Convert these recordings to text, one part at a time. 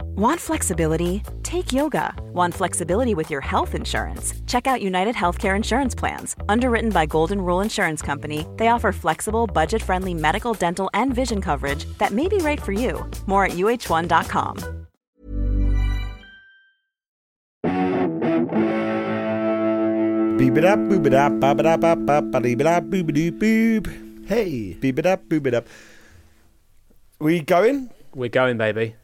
Want flexibility? Take yoga. Want flexibility with your health insurance? Check out United Healthcare Insurance Plans. Underwritten by Golden Rule Insurance Company, they offer flexible, budget friendly medical, dental, and vision coverage that may be right for you. More at uh1.com. Beep it up, boop it up, bop it up, up, up, bop it up, boop it boop. Hey, Beep it up, boop it up. We going? we're going, baby.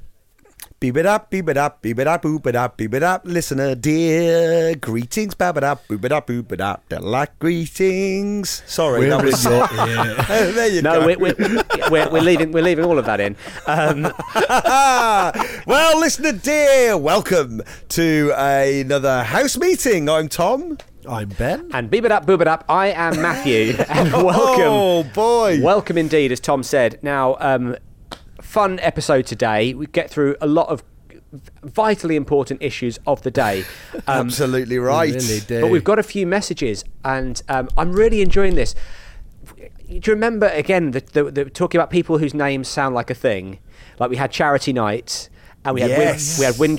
Beep it up, beep it up, beep it up, boop it up, beep it up, listener dear. Greetings, bab it up, boop it up, boop it up. They're like greetings. Sorry, that was there you No, go. we're, we're, we're, we're leaving. We're leaving all of that in. Um, well, listener dear, welcome to another house meeting. I'm Tom. I'm Ben. and beep it up, boob it up. I am Matthew, and Oh welcome, boy. welcome indeed, as Tom said. Now, um, fun episode today. We get through a lot of vitally important issues of the day. Um, Absolutely right. Really do. But we've got a few messages, and um, I'm really enjoying this. Do you remember again the, the, the talking about people whose names sound like a thing? Like we had charity night, and we had Yes. wind, we had wind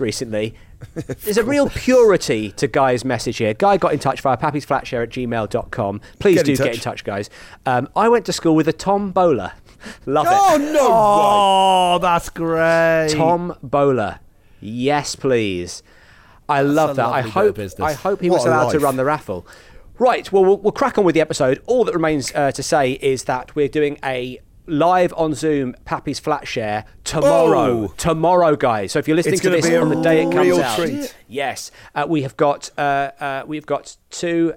recently. There's a real purity to Guy's message here. Guy got in touch via pappy'sflatshare at gmail.com. Please Get do in get touch. in touch, guys. Um, I went to school with a Tom Bowler. Love Oh it. no! way. Oh, that's great. Tom Bowler. Yes, please. I love a that. I lovely bit of hope. business. I hope he What was a allowed to life. run the raffle. Right. Well, we'll, we'll crack on with the episode. All that remains uh, to say is that we're doing a live on Zoom Pappy's flat share tomorrow. Oh. Tomorrow, guys. So if you're listening It's to gonna this be a on the day it comes real out, treat. yes, uh, we have got uh, uh, we've got two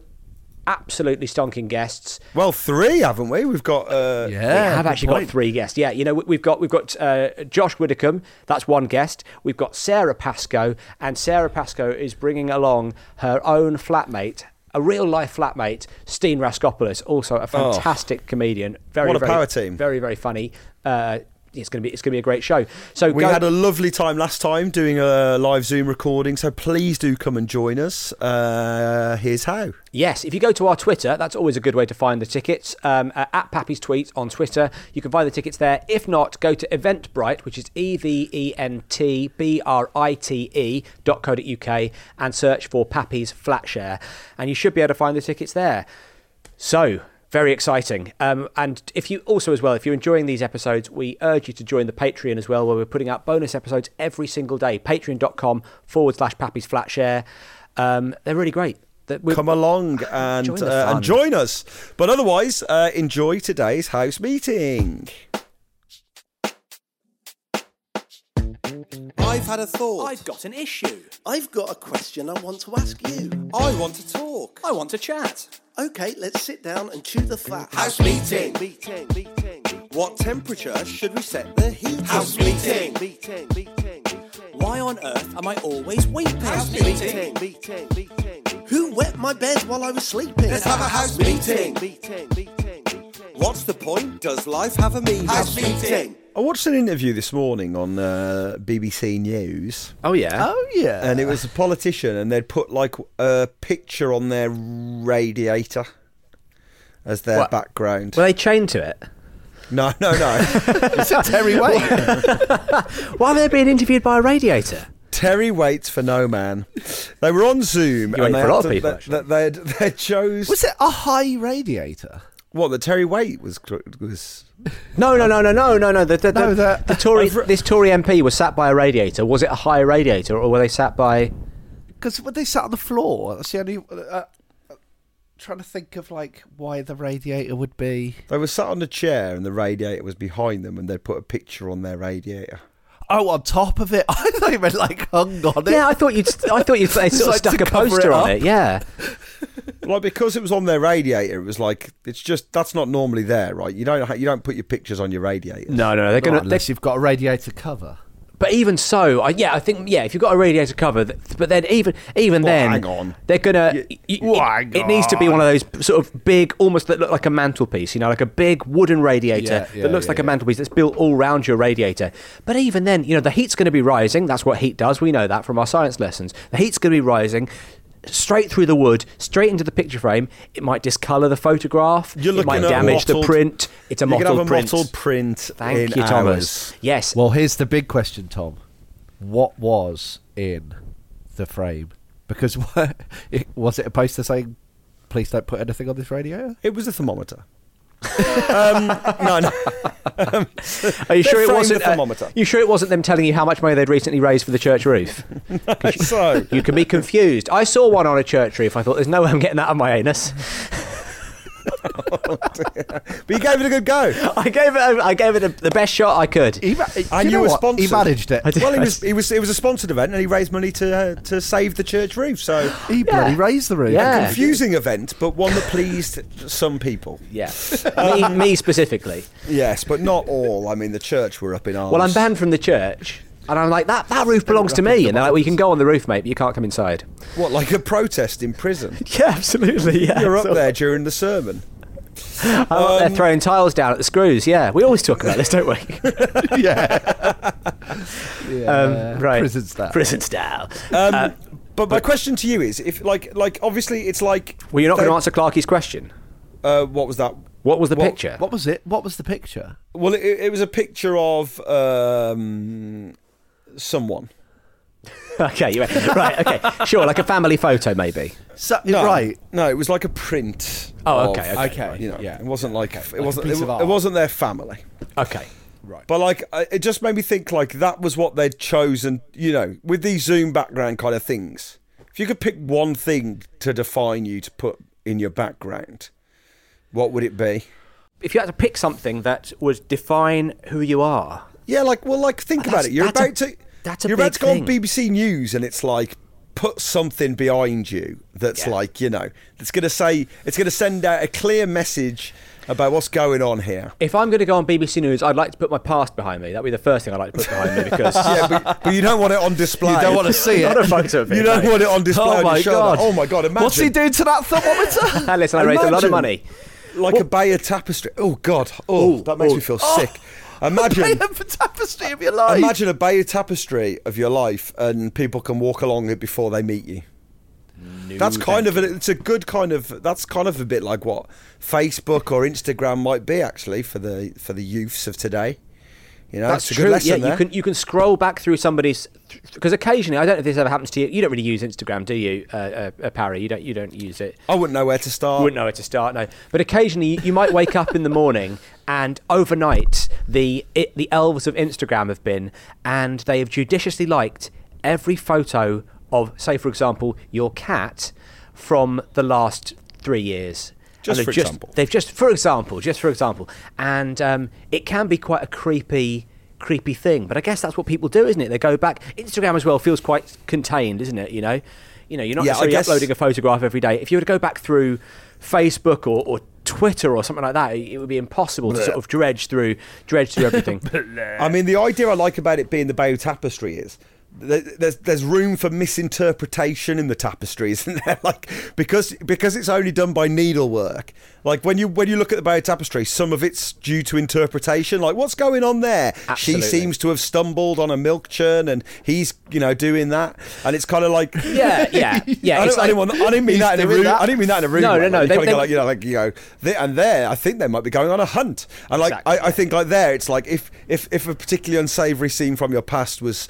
absolutely stonking guests. Well, three, haven't we? We've got. Uh, We Yeah, have good actually point. got three guests. Yeah, you know we- we've got we've got uh, Josh Widdicombe. That's one guest. We've got Sarah Pascoe, and Sarah Pascoe is bringing along her own flatmate, a real life flatmate, Steen Raskopoulos, also a fantastic comedian. Very Oh. What a very, power team. Very very funny. Uh, it's gonna be it's gonna be a great show. So We go- had a lovely time last time doing a live Zoom recording, so please do come and join us. Uh, here's how. Yes, if you go to our Twitter, that's always a good way to find the tickets. Um, uh, at Pappy's Tweet on Twitter, you can find the tickets there. If not, go to Eventbrite, which is E V E N T B R I T E dot co dot UK, and search for Pappy's Flat Share, and you should be able to find the tickets there. So very exciting. Um, and if you also as well, if you're enjoying these episodes, we urge you to join the Patreon as well, where we're putting out bonus episodes every single day. Patreon.com forward slash Pappy's Flat Share. Um, they're really great. That we- Come along and Ah, Join the uh, fun. and join us. But otherwise, uh, enjoy today's house meeting. I've had a thought. I've got an issue. I've got a question I want to ask you. I want to talk. I want to chat. Okay, let's sit down and chew the fat. House meeting. Meeting. Meeting. What temperature should we set the heat? House meeting. Meeting. Meeting. Why on earth am I always weeping? House Meeting. Meeting. Meeting. Who wet my bed while I was sleeping? Let's have a house meeting. Meeting. Meeting. What's the point? Does life have a meaning? House meeting. I watched an interview this morning on uh, BBC News. Oh yeah. Oh yeah. And it was a politician, and they'd put like a picture on their radiator as their What? background. Were they chained to it? no, no, no. Is it Terry White? Why were they being interviewed by a radiator? Terry waits for no man. They were on Zoom. You wait and they for had a lot of to- people, they- actually. They, they, they chose was it a high radiator? what the Terry Wait was was. No, no, no, no, no, no, no. The, the, No, the, the- the Tory, this Tory MP was sat by a radiator. Was it a high radiator, or were they sat by? Because when they sat on the floor, that's the only. Uh, uh, trying to think of like why the radiator would be. They were sat on a chair and the radiator was behind them, and they put a picture on their radiator. Oh, on top of it. I thought you meant like hung on it. Yeah, I thought you'd. I thought you'd. They Just sort of like stuck to a cover poster it on up. it. Yeah. Like because it was on their radiator, it was like it's just that's not normally there, right? You don't ha- you don't put your pictures on your radiator. No, no, no. They're Not gonna. unless they- you've got a radiator cover. but even so, I, yeah, I think yeah. If you've got a radiator cover, th- but then even even then, hang on. they're gonna. Y- y- y- Well, it, hang it needs to be one of those sort of big, almost that look like a mantelpiece. You know, like a big wooden radiator Yeah, yeah, that looks yeah, like a yeah. mantelpiece that's built all round your radiator. But even then, you know, the heat's going to be rising. That's what heat does. We know that from our science lessons. The heat's going to be rising. Straight through the wood, straight into the picture frame. It might discolour the photograph. You're it might looking at damage mottled- the print. It's a you can mottled have a print. mottled print. Thank in you, Thomas. hours. Yes. Well, here's the big question, Tom. what was in the frame? Because what, it, was it a poster saying, "Please don't put anything on this radio"? It was a thermometer. um, no, no. Are you They sure it framed wasn't uh, the thermometer. you sure it wasn't them telling you how much money they'd recently raised for the church roof? So You can be confused. I saw one on a church roof. I thought, there's no way I'm getting that on my anus. but you gave it a good go. I gave it. I gave it the best shot I could. He, ma- do And you you know were what? He sponsored. managed it. I did. Well, it was it was it was a sponsored event, and he raised money to uh, to save the church roof. So He bloody raised the roof. Yeah. confusing event, but one that pleased some people. Yeah, me, me specifically. Yes, but not all. I mean, the church were up in arms. Well, I'm banned from the church, and I'm like that. That roof belongs to me, and they're like, well, you can go on the roof, mate, but you can't come inside. What, like a protest in prison? Yeah, absolutely. Yeah, You're up there during the sermon. Um, they're throwing tiles down at the screws. Yeah, we always talk about this, don't we? Yeah. um, right. Prison style. Prison style. Uh, Um, but my question to you is, if like like obviously it's like Well, you're not they- going to answer Clarky's question. Uh, what was that? What was the What- picture? What was it? What was the picture? Well, it, it was a picture of um, someone. okay, you right. Okay, sure, like a family photo, maybe. So, No, Right. No, it was like a print. Oh, of- okay, okay, Okay, right. you know, yeah, it wasn't like it a wasn't piece it, of wa- art. it wasn't their family. Okay. But like, I- it just made me think like that was what they'd chosen. You know, with these Zoom background kind of things. If you could pick one thing to define you to put in your background, what would it be? If you had to pick something that would define who you are, Yeah, like well, like think Oh, about that's- it. You're that's a- about to that's a you're about big to go on thing. BBC News, and it's like put something behind you that's Yeah. like you know that's going to say it's going to send out a clear message about what's going on here. if I'm going to go on BBC News, I'd like to put my past behind me. That'd be the first thing I'd like to put behind me because yeah, but, but you don't want it on display. You don't want to see not a it. photo of me. You don't no. want it on display. Oh on my your shoulder. god! Oh my god! Imagine What's he doing to that thermometer? And listen, I raised a lot of Imagine. money. Like a Bayer tapestry. Oh god! Oh, that makes me feel sick. Imagine. Paying for tapestry of your life. Imagine a Bayer tapestry of your life, and people can walk along it before they meet you. that's kind of a, it's a good kind of that's kind of a bit like what Facebook or Instagram might be actually for the for the youths of today. You know, That's it's a true. good lesson yeah, there. you can you can scroll back through somebody's because occasionally I don't know if this ever happens to you. You don't really use Instagram, do you, uh, uh, uh, Parry? You don't you don't use it. I wouldn't know where to start. wouldn't know where to start. No, but occasionally you might wake up in the morning and overnight the it, the elves of Instagram have been and they have judiciously liked every photo of, say, for example, your cat from the last three years. Just And they've for example. they've just, for example, just for example, and um, it can be quite a creepy. Creepy thing, but I guess that's what people do, isn't it? They go back. Instagram as well feels quite contained, isn't it? You know, you know, you're not Yeah, I necessarily guess- uploading a photograph every day. If you were to go back through Facebook or, or Twitter or something like that, it, it would be impossible to sort of dredge through dredge through everything. I mean, the idea I like about it being the Bayeux tapestry is th- there's there's room for misinterpretation in the tapestry, isn't there? Like because because it's only done by needlework. Like when you when you look at the Bayeux tapestry, some of it's due to interpretation. Like what's going on there? Absolutely. She seems to have stumbled on a milk churn, and he's you know doing that, and it's kind of like yeah, yeah, yeah. I, don't, I it's like- didn't want, I didn't mean He's that in a doing rude. that. I didn't mean that in a rude. No, way, no, no, Like, they- you, kinda they- go like, you know, like you know, th- and there, I think they might be going on a hunt. And like, I, I think like there, it's like if if if a particularly unsavoury scene from your past was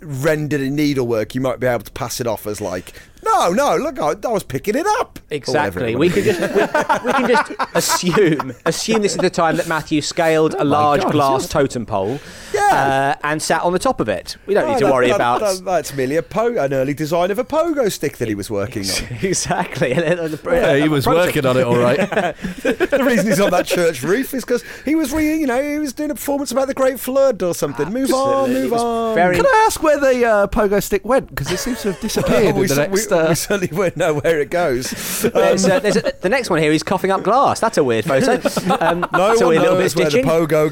rendered in needlework, you might be able to pass it off as like, no, no, look, I, I was picking it up. Or whatever it Exactly. might We be. can just we, we can just assume assume this is the time that Matthew scaled Oh a large glass totem pole, Yeah. Oh, uh, and sat on the top of it. We don't No, need to that- worry that- about that- that's merely a po- an early design of a pogo stick that he was working on. exactly. Yeah, he was working on it all right. the reason he's on that church roof is because he was, re- you know, he was doing a performance about the Great Flood or something. Move on, Absolutely. It move was on. very Can I ask where the uh, pogo stick went? Because it seems to have disappeared we, in the cer- we- next. uh, we certainly won't know where it goes. There's, uh, there's a, the next one here is coughing up glass. That's a weird photo. Um, No so one we're a little bit knows where the stitching. pogo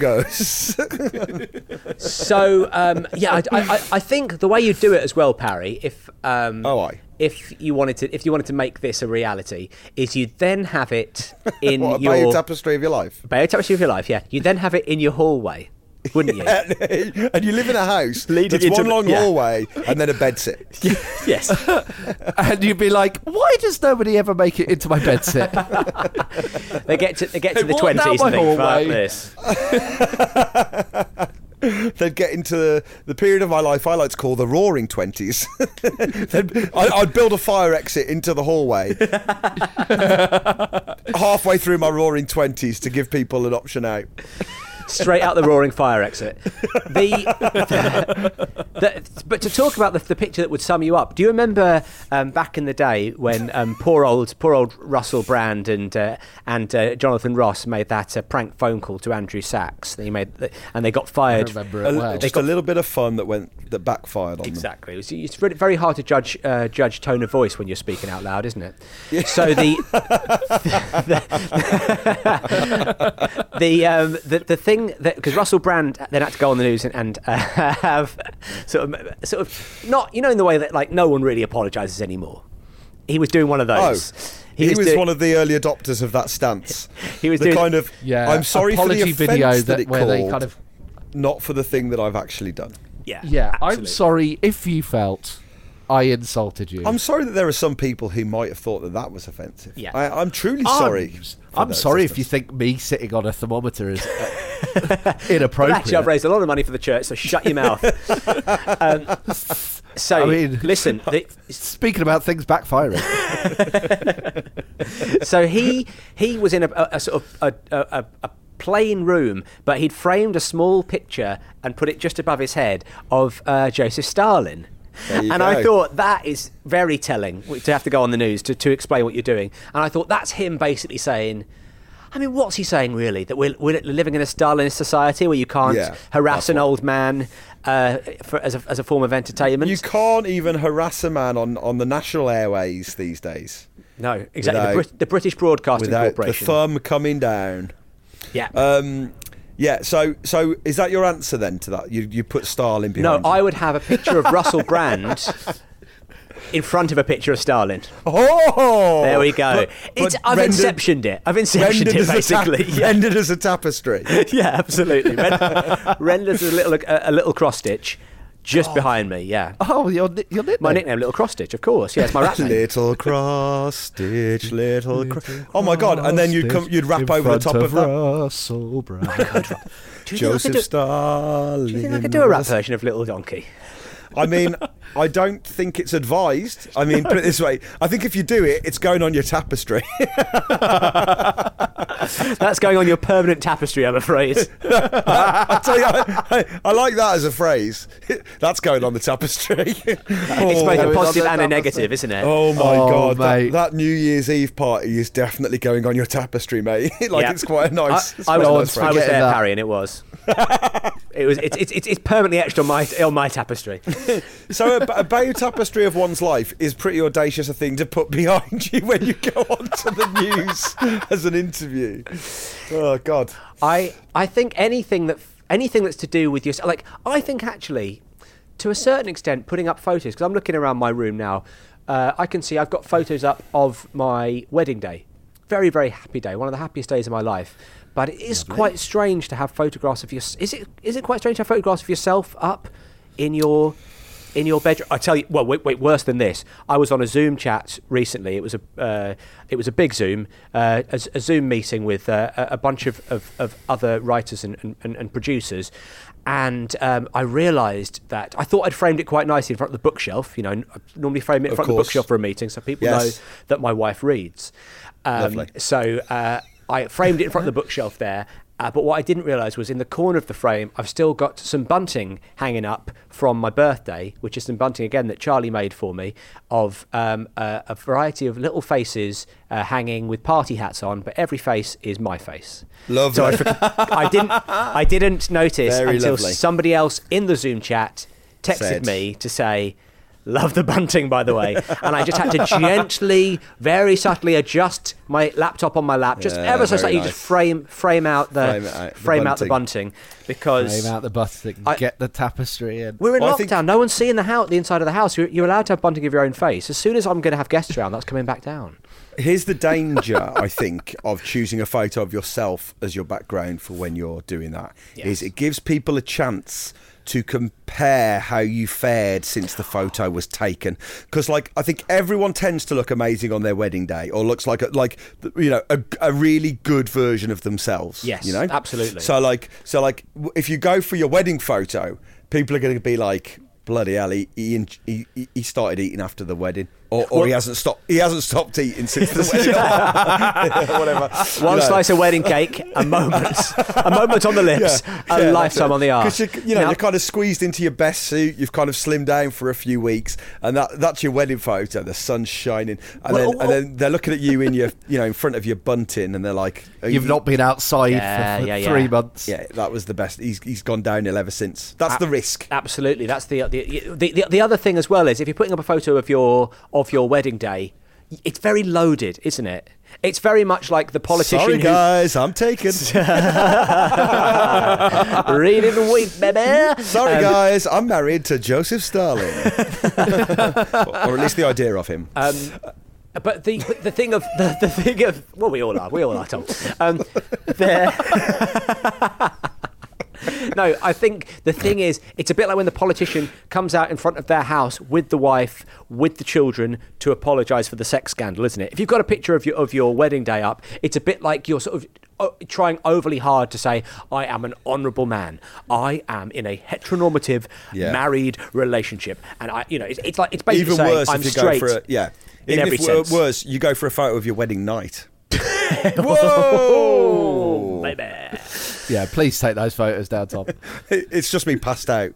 goes. So um, yeah, I, I, I- I think the way you do it as well, Parry, if um, Oh, aye. if you wanted to if you wanted to make this a reality, is you then have it in what a your Bayeux tapestry of your life. Bayeux tapestry of your life. Yeah, you then have it in your hallway, wouldn't you? and you live in a house Leading that's into one the- long yeah. hallway and then a bed sit. yes. and you'd be like, why does nobody ever make it into my bed set? They get to they get to They the walk down twenties my and think, hallway. "Fuck this." They'd get into the, the period of my life I like to call the roaring 20s. They'd- I, I'd build a fire exit into the hallway halfway through my roaring 20s to give people an option out. straight out the roaring fire exit. The, the- but to talk about the, the picture that would sum you up, do you remember um, back in the day when um, poor old poor old Russell Brand and uh, and uh, Jonathan Ross made that uh, prank phone call to Andrew Sachs? They made and they got fired. remember A- it well. Just a little bit of fun that went that backfired on them. Exactly. It's, it's very- very hard to judge uh, judge tone of voice when you're speaking out loud, isn't it? So the the the, um, the, the thing that because Russell Brand then had to go on the news and, and uh, have sort of sort of not you know in the way that like no one really apologizes anymore. He was doing one of those. Oh. He, was, doing- one of the early adopters of that stance. He was the doing- kind of Yeah, I'm sorry for the apology offence video that, that- it where called, they kind of- not for the thing that I've actually done. yeah Yeah, I'm absolutely. sorry if you felt I insulted you. I'm sorry that there are some people who might have thought that that was offensive. Yeah. I, I'm truly I'm- sorry. for I'm their sorry if you existence. think me sitting on a thermometer is uh, But inappropriate. Actually, I've raised a lot of money for the church, so shut your mouth. um, so, I mean- listen, the, Speaking about things backfiring, so he he was in a, a, a sort of a, a, a- a plain room, but he'd framed a small picture and put it just above his head of uh, Joseph Stalin. There you And go. I thought that is very telling w- to have to go on the news to, to explain what you're doing. And I thought that's him basically saying, I mean, what's he saying really? That we're, we're living in a Stalinist society where you can't Yeah, that's harass an what- old man uh, for, as, a, as a form of entertainment? you can't even harass a man on, on the national airways these days no, exactly. Without- the, Brit- the British Broadcasting without the Corporation. thumb coming down. yeah. Um, yeah. So so is that your answer then to that? You you put Stalin No, behind. I you. would have a picture of Russell Brand in front of a picture of Stalin. Oh, There we go. But- it's, but I've rendered- inceptioned it. I've inceptioned Rendered it as, a tap- basically. yeah. rendered as a tapestry. yeah, absolutely. Ren- rendered as a little a, a little cross stitch just behind me. Yeah. oh, your ni- your nickname. My nickname, Little Cross Stitch, of course. Yeah, it's my rap name. little cross stitch, little. Cro- oh my god! And then you'd come, you'd In rap over the front top of that. Russell Brand. Do you, think I could Joseph do, Stalin. do you think I could do a rap version of Little Donkey? I mean, I don't think it's advised. I mean, put it this way: I think if you do it, it's going on your tapestry. That's going on your permanent tapestry, I'm afraid. I tell you, I, I, I like that as a phrase. That's going on the tapestry. It's Oh. both a on positive the and a tapestry. negative, isn't it? Oh my Oh, god, that, mate. that New Year's Eve party is definitely going on your tapestry, mate. like Yeah. it's quite a nice. it's I, I quite a was, nice I phrase. was Forgetting there, that. Harry, and it was. it was. It's, it's, it's it's permanently etched on my on my tapestry. So a, a bio tapestry of one's life is pretty audacious a thing to put behind you when you go on to the news as an interview. Oh God. I I think anything that anything that's to do with your like I think actually, to a certain extent, putting up photos because I'm looking around my room now. Uh, I can see I've got photos up of my wedding day. Very very happy day. One of the happiest days of my life. But it is quite strange to have photographs of your. Is it is it quite strange to have photographs of yourself up in your in your bedroom. I tell you, well, wait, wait. Worse than this, I was on a Zoom chat recently. It was a, uh, it was a big Zoom, uh, a, a Zoom meeting with uh, a a bunch of, of, of other writers and, and- and, and producers, and um, I realised that I thought I'd framed it quite nicely in front of the bookshelf. You know, I normally frame it in Of front of the course. bookshelf for a meeting so people Yes. know that my wife reads. Um, Lovely. so uh, I framed it in front of the bookshelf there. Uh, but what I didn't realise was in the corner of the frame, I've still got some bunting hanging up from my birthday, which is some bunting again that Charlie made for me of um, a, a variety of little faces uh, hanging with party hats on, but every face is my face. Lovely. So I, for- I didn't, I didn't notice Very until lovely. somebody else in the Zoom chat texted Said. me to say, Love the bunting, by the way. And I just had to gently, very subtly adjust my laptop on my lap, just Yeah, ever so very slightly, nice. just frame frame out the frame Frame it out, out, the the bunting because Came out the bus and I- get the tapestry in. we're in Well, I lockdown. think- No one's seeing the house, the inside of the house. You're, you're allowed to have bunting of your own face. As soon as I'm going to have guests around, that's coming back down. Here's the danger, I think, of choosing a photo of yourself as your background for when you're doing that. Is Yes. it gives people a chance to compare how you fared since the photo was taken. Because, like, I think everyone tends to look amazing on their wedding day or looks like, a, like you know, a, a really good version of themselves. Yes, You know? absolutely. So, like, so like, w- if you go for your wedding photo, people are going to be like, Bloody hell! He, he en- he he- he started eating after the wedding, or, or he hasn't stopped. He hasn't stopped eating since the wedding. Yeah, Whatever. One You know. slice of wedding cake, a moment, a moment on the lips, a lifetime on the arm. Because you, you know Now- you're kind of squeezed into your best suit. You've kind of slimmed down for a few weeks, and that that's your wedding photo. The sun's shining, and Well, then oh, oh. and then they're looking at you in your you know in front of your bunting, and they're like, "Are You've you-" not been outside Yeah, for, for yeah, three yeah. months. Yeah, that was the best. He's he's gone downhill ever since. That's the risk. Absolutely, that's the, the the the the other thing as well is if you're putting up a photo of your of your wedding day, it's very loaded, isn't it? It's very much like the politician. Sorry, who- guys, I'm taken. Read it and weep, baby. Sorry, guys, I'm married to Joseph Stalin, or, or at least the idea of him. Uh, But the but the thing of the, the thing of well, we all are, we all are, Tom. Um, there. no, I think the thing is, it's a bit like when the politician comes out in front of their house with the wife, with the children, to apologise for the sex scandal, isn't it? If you've got a picture of your of your wedding day up, it's a bit like you're sort of. uh, Trying overly hard to say, I am an honourable man. I am in a heteronormative Yeah. married relationship, and I, you know, it's, it's like it's basically Even saying worse, I'm if you straight. go for a, yeah. in Even every if wor- sense. worse, you go for a photo of your wedding night. Whoa! Baby. Yeah, please take those photos down, Tom. It's just me passed out.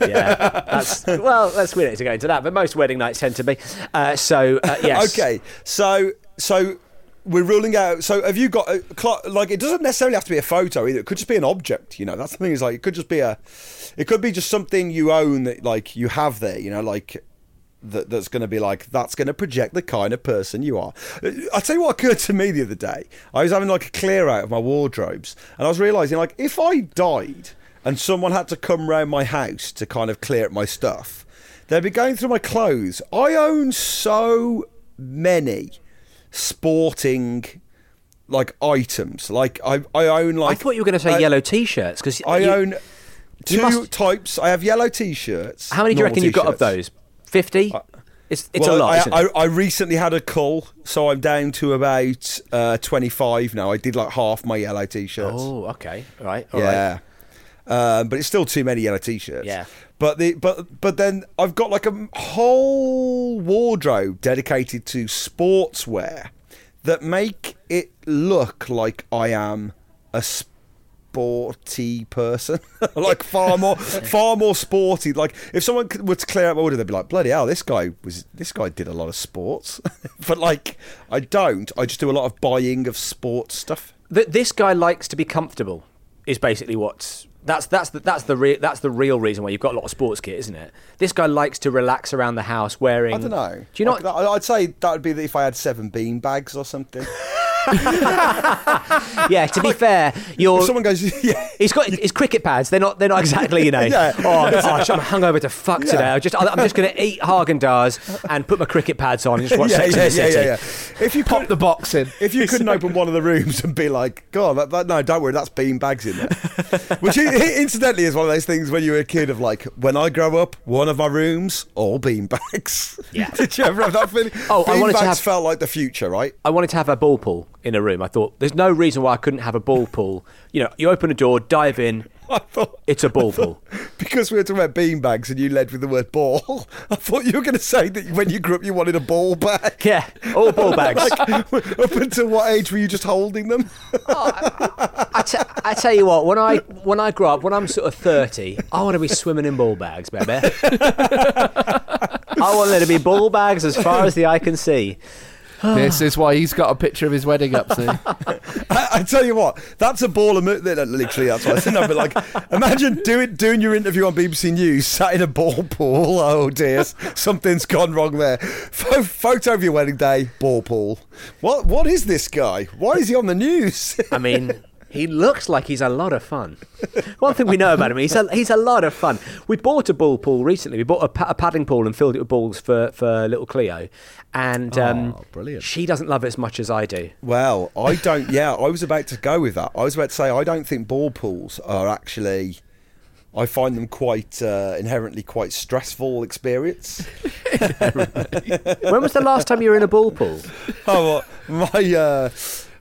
yeah, that's, well, that's weird to go into that, but most wedding nights tend to be. Uh, so uh, yes, Okay, so so we're ruling out. So have you got a, cl- like it doesn't necessarily have to be a photo either. It could just be an object. You know, that's the thing is like it could just be a, it could be just something you own that like you have there. You know, like. That, that's going to be like that's going to project the kind of person you are. Uh, I tell you what occurred to me the other day. I was having like a clear out of my wardrobes, and I was realizing like if I died and someone had to come round my house to kind of clear up my stuff, They'd be going through my clothes. I own so many sporting like items. Like I, I own I like thought you were going to say uh, yellow t-shirts because I own two must- types. I have yellow t-shirts. How many do you normal reckon you've got of t-shirts. those? Fifty. It's it's Well, a lot. I, isn't I, it? I recently had a cull, so I'm down to about uh, 25 now. I did like half my yellow t-shirts. oh, okay, all right, all right. yeah. Um, but it's still too many yellow t-shirts. Yeah. But the but but then I've got like a m- whole wardrobe dedicated to sportswear that make it look like I am a sporty person, like far more far more sporty. Like if someone c- were to clear out my order, they'd be like, "Bloody hell, this guy was this guy did a lot of sports." but like I don't. I just do a lot of buying of sports stuff. Th- this guy likes to be comfortable. Is basically what's that's that's the, that's the re- that's the real reason why you've got a lot of sports kit, isn't it? This guy likes to relax around the house wearing. I don't know. Do you not? I, I'd say that would be if I had seven bean bags or something. yeah. To be fair, you're. if someone goes, yeah. He's got his cricket pads. They're not. They're not exactly. You know. Yeah. Oh gosh, I'm hungover to fuck today. I just. I'm just going to eat Haagen Dazs and put my cricket pads on and just watch yeah, Sex yeah, and the yeah, City. yeah, yeah. If you Pop could, the box in. if you couldn't open one of the rooms and be like, God, that, that, no, don't worry, that's bean bags in there. Which i- incidentally is one of those things when you were a kid of like, when I grow up, one of my rooms all bean bags. Yeah. Did you ever have that feeling? Oh, I bean wanted to bags have- felt like the future, right? I wanted to have a ball pool in a room. I thought there's no reason why I couldn't have a ball pool. You know, you open a door, dive in. I thought It's a ball pool. because we were talking about bean bags and you led with the word ball. I thought you were going to say that when you grew up, you wanted a ball bag. Yeah, all ball bags. like, up until what age were you just holding them? I, t- I tell you what, when I when I grow up, when I'm sort of thirty, I want to be swimming in ball bags, baby. I want there to be ball bags as far as the eye can see. this is why he's got a picture of his wedding up, see? I, I tell you what, that's a ball of mo- no, no, literally that's what I said. No, but like, imagine doing doing your interview on BBC News, sat in a ball pool. Oh dear, s- something's gone wrong there. Pho- photo of your wedding day, ball pool. What what is this guy? Why is he on the news? I mean, he looks like he's a lot of fun. One thing we know about him, he's a, he's a lot of fun. We bought a ball pool recently. We bought a, pa- a padding pool and filled it with balls for, for little Cleo. And um, Oh, brilliant. she doesn't love it as much as I do. well, I don't. Yeah, I was about to go with that. I was about to say I don't think ball pools are actually. I find them quite uh, inherently quite stressful experience. When was the last time you were in a ball pool? oh, well, my uh,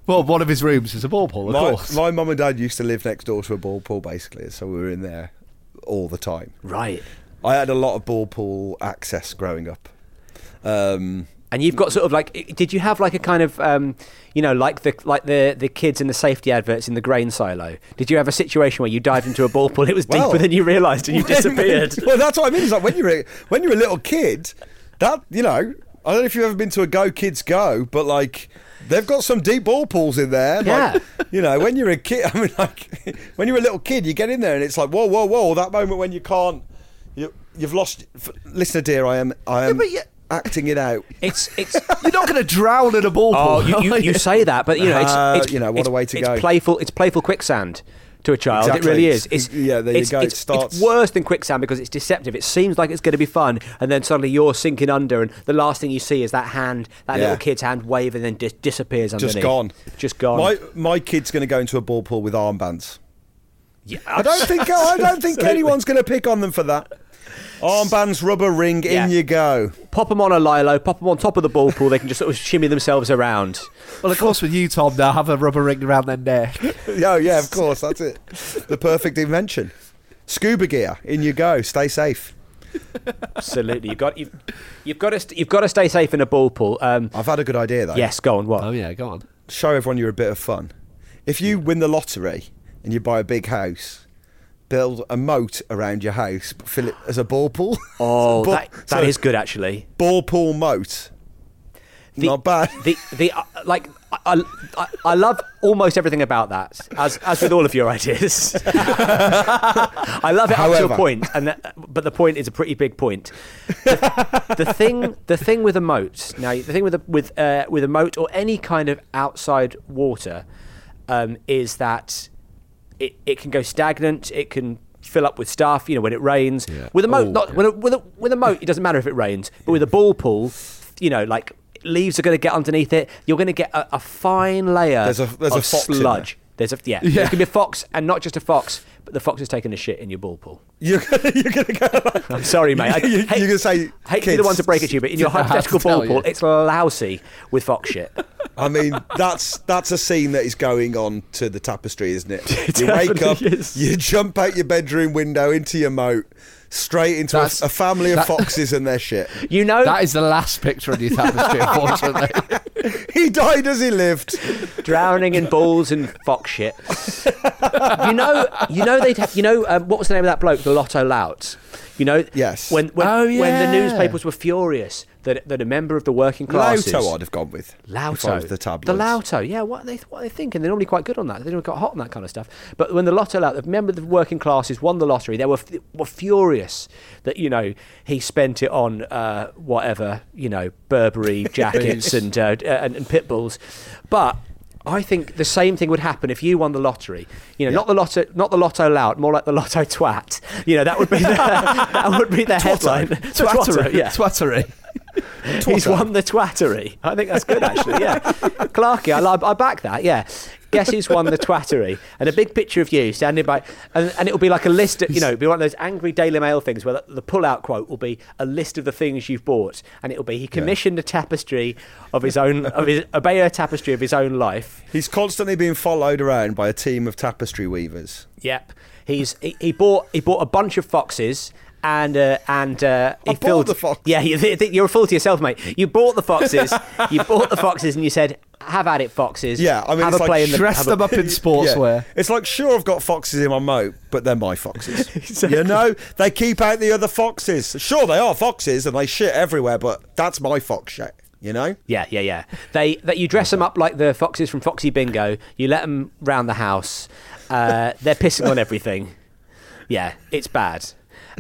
Well, one of his rooms is a ball pool, of my, course. my mum and dad used to live next door to a ball pool, basically, so we were in there all the time. Right. I had a lot of ball pool access growing up. Um, And you've got sort of like, i- did you have like a kind of, um, you know, like the like the the kids in the safety adverts in the grain silo? Did you have a situation where you dived into a ball pool? It was deeper Well- than you realised, and you disappeared. well, that's what I mean. It's like when you're a, when you're a little kid, that you know. I don't know if you've ever been to a Go Kids Go, but like they've got some deep ball pools in there. and, like, Yeah. you know, when you're a kid, I mean, like when you're a little kid, you get in there and it's like whoa, whoa, whoa. That moment when you can't, you, you've lost. F- listener, dear, I am, I am but you- acting it out. It's it's. You're not going to drown in a ball Oh, pool. you, you, are you say that, but you know, it's, Uh, it's you know, what it's- a way to it's go. Playful, it's playful quicksand to a child. Exactly. It really is. It's- It's, yeah, there you it's- go, it It's, starts- it's worse than quicksand because it's deceptive. It seems like it's going to be fun, and then suddenly you're sinking under, and the last thing you see is that hand, that Yeah. little kid's hand, wave, and then dis- disappears underneath. Just gone. Just gone. My my kid's going to go into a ball pool with armbands. Yeah. I don't think I don't think anyone's going to pick on them for that. Armbands, rubber ring, Yeah. in you go. Pop them on a lilo. Pop them on top of the ball pool. They can just sort of shimmy themselves around. Well, of course, with you, Tom, they'll have a rubber ring around their neck. Oh yeah, of course, that's it. The perfect invention. Scuba gear, in you go. Stay safe. Absolutely. You've got you've, you've got to st- you've got to stay safe in a ball pool. Um, I've had a good idea though. yes. Go on. What? Oh, yeah, go on. Show everyone you're a bit of fun. If you win the lottery and you buy a big house, build a moat around your house, but fill it as a ball pool. Oh, Ball- that, that is so good actually. Ball pool moat. The- Not bad. The the uh, like I, I- I, I love almost everything about that. As as with all of your ideas, I love it up to However. a point, and that, but the point is a pretty big point. The, the thing the thing with a moat now the thing with a with uh, with a moat or any kind of outside water um, is that it, it can go stagnant. It can fill up with stuff. You know when it rains. With a moat, Oh, not yeah. with a, with a with a moat, it doesn't matter if it rains. But with a ball pool, you know, like leaves are going to get underneath it. You're going to get a, a fine layer There's a- there's a of fox in there. sludge. There's a yeah. Yeah. There's gonna be a fox, and not just a fox, but the fox is taking a shit in your ball pool. You're gonna, you're gonna go. Like, I'm sorry, mate. I, You- you're gonna say, hate to be the "Kids, one to break it to you, but in your I have to hypothetical ball tell pool, you." it's lousy with fox shit. I mean, that's that's a scene that is going on to the tapestry, isn't it? It you wake up, definitely is. you jump out your bedroom window into your moat, straight into a, That's- a family of that- foxes and their shit. You know, That is the last picture on your tapestry, unfortunately. He died as he lived. drowning in balls and fox shit. you know, you know they'd have. You know um, what was the name of that bloke? The Lotto Lout. You know, Yes. When when, Oh, when the yeah. newspapers were furious that that a member of the working classes. Lauto, I'd have gone with. if I was Lauto, the tabloids. the Lauto, yeah. What are they what are they thinking? They're normally quite good on that. They normally got hot on that kind of stuff. But when the Lotto Lauto, remember the working classes won the lottery, they were f- were furious that you know he spent it on uh, whatever you know Burberry jackets and, uh, d- and and pit bulls. But I think the same thing would happen if you won the lottery. You know, not the lotto, not the Lotto Lout, more like the Lotto Twat. You know, that would be the, that would be the headline. Twatto, Twattery. yeah. Twattery. He's won the twattery. I think that's good, actually. Yeah, Clarkey, I, li- I back that. Yeah, guess who's won the twattery? And a big picture of you standing by, and, and it'll be like a list. Of, you know, it'll be one of those angry Daily Mail things where the, the pull-out quote will be a list of the things you've bought, and it'll be he commissioned a tapestry of his own, of his a Bayeux tapestry of his own life. He's constantly being followed around by a team of tapestry weavers. Yep, he's he, he bought he bought a bunch of foxes. And uh, and uh, he I bought filled the fox. Yeah, you, th- th- you're a fool to yourself, mate. You bought the foxes. you bought the foxes, and you said, "Have at it, foxes." Yeah, I mean, have it's a like play in the Dress have them a, up in sportswear. It's like, sure, I've got foxes in my moat, but they're my foxes. You know, they keep out the other foxes. Sure, they are foxes and they shit everywhere, but that's my fox shit. You know. Yeah, yeah, yeah. They that you dress them up like the foxes from Foxy Bingo. You let them round the house. Uh, they're pissing on everything. Yeah, it's bad.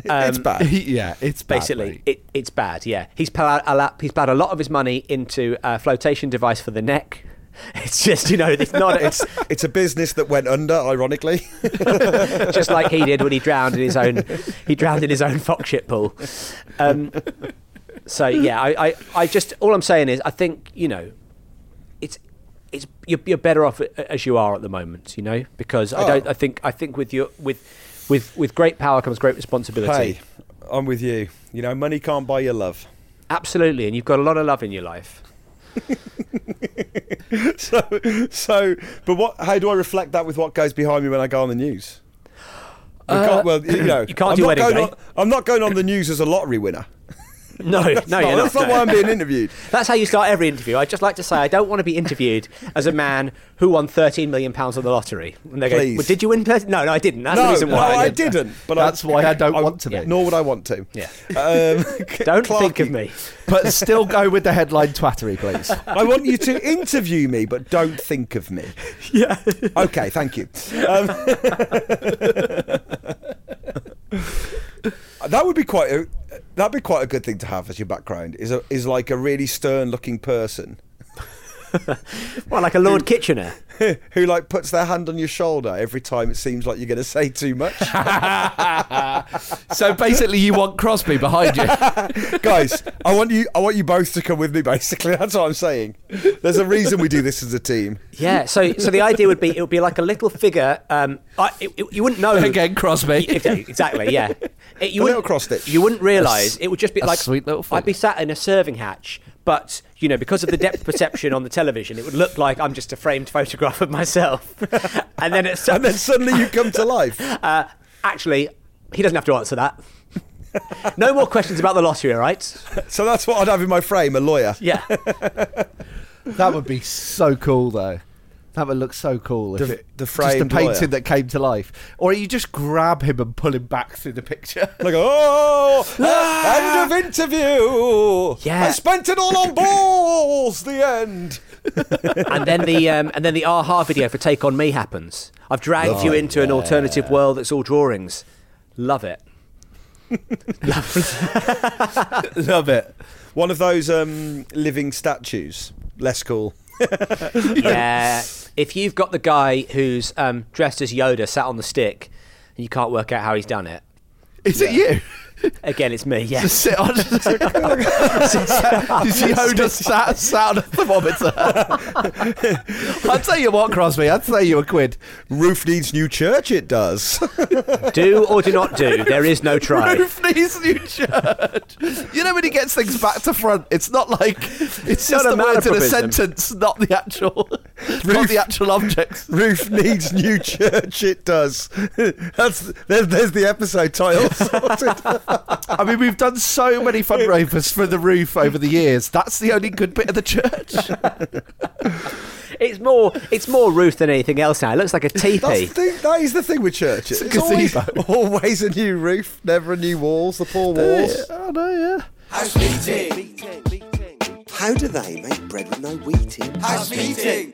Um, it's Uh, bad. yeah, it's bad, Basically, mate. it, it's bad. Yeah, he's plowed a lot, he's plowed a lot of his money into a flotation device for the neck. It's just you know, it's not. It's It's a business that went under, ironically. just like he did when he drowned in his own he drowned in his own fox shit pool. Um, so yeah, I, I, I just all I'm saying is I think you know, it's it's you're, you're better off a- as you are at the moment, you know, because I Oh. don't I think I think with your with with with great power comes great responsibility. Hey, I'm with you. You know, money can't buy your love. Absolutely, and you've got a lot of love in your life. So, so, but what? How do I reflect that with what goes behind me when I go on the news? We can't, well, you know, Uh, you can't I'm do not eh? wedding going day. on, I'm not going on the news as a lottery winner. No, no, No, Oh, you're that's not no. why I'm being interviewed. That's how you start every interview. I'd just like to say I don't want to be interviewed as a man who won £13 million on the lottery. And they go, Please. well, did you win? 13? No, no, I didn't. That's the no, reason no, why I didn't. But That's why I don't want to be. Nor would I want to. Yeah. Um, Don't Clarky, think of me. But still go with the headline twattery, please. I want you to interview me, but don't think of me. Yeah. Okay, thank you. Um, that would be quite a that'd be quite a good thing to have as your background. Is a, is like a really stern looking person Well, like a Lord Kitchener. who like puts their hand on your shoulder every time it seems like you're going to say too much. so basically, you want Crosby behind you. Guys, I want you I want you both to come with me. Basically, that's what I'm saying. There's a reason we do this as a team. Yeah, so so the idea would be it would be like a little figure. Um, I, it, it- you wouldn't know Again, Crosby. If they- exactly, yeah. It, you A little wouldn't cross-stitch. You wouldn't realise it would just be a like sweet little I'd be sat in a serving hatch, but you know because of the depth perception on the television, it would look like I'm just a framed photograph of myself. and then it's And then suddenly you come to life. uh, actually he doesn't have to answer that. No more questions about the lottery, all right? So that's what I'd have in my frame, a lawyer. Yeah. That would be so cool, though. That would look so cool. If The- it, the just the framed painting lawyer. that came to life, or you just grab him and pull him back through the picture. Like, oh, end of interview. Yeah. I spent it all on balls. The end. and then the um, and then the aha video for Take on Me happens. I've dragged you into an alternative world that's all drawings. Love it. Love it. One of those um, living statues. Less cool. Yeah. if you've got the guy who's um, dressed as Yoda sat on the stick and you can't work out how he's done it, Is it you? again, it's me. Yeah. Just sit on. Just Yoda sat, sat on a thermometer. I'd tell you what, Crosby. I'd say you a quid. Roof needs new church. It does. do or do not do. There is no try. Roof needs new church. You know when he gets things back to front, it's not like it's not just a the words in a malapropism. sentence, not the actual, not Roof- the actual objects. Roof needs new church. It does. That's there's, there's the episode title. sorted. I mean, we've done so many fundraisers for the roof over the years. That's the only good bit of the church. It's more it's more roof than anything else now. It looks like a That's the teepee. thing. That is the thing with churches. It's, It's a always, gazebo. always a new roof, never a new walls. The poor walls. I know, yeah. House meeting. Meeting. Meeting. How do they make bread with no wheat in? House meeting.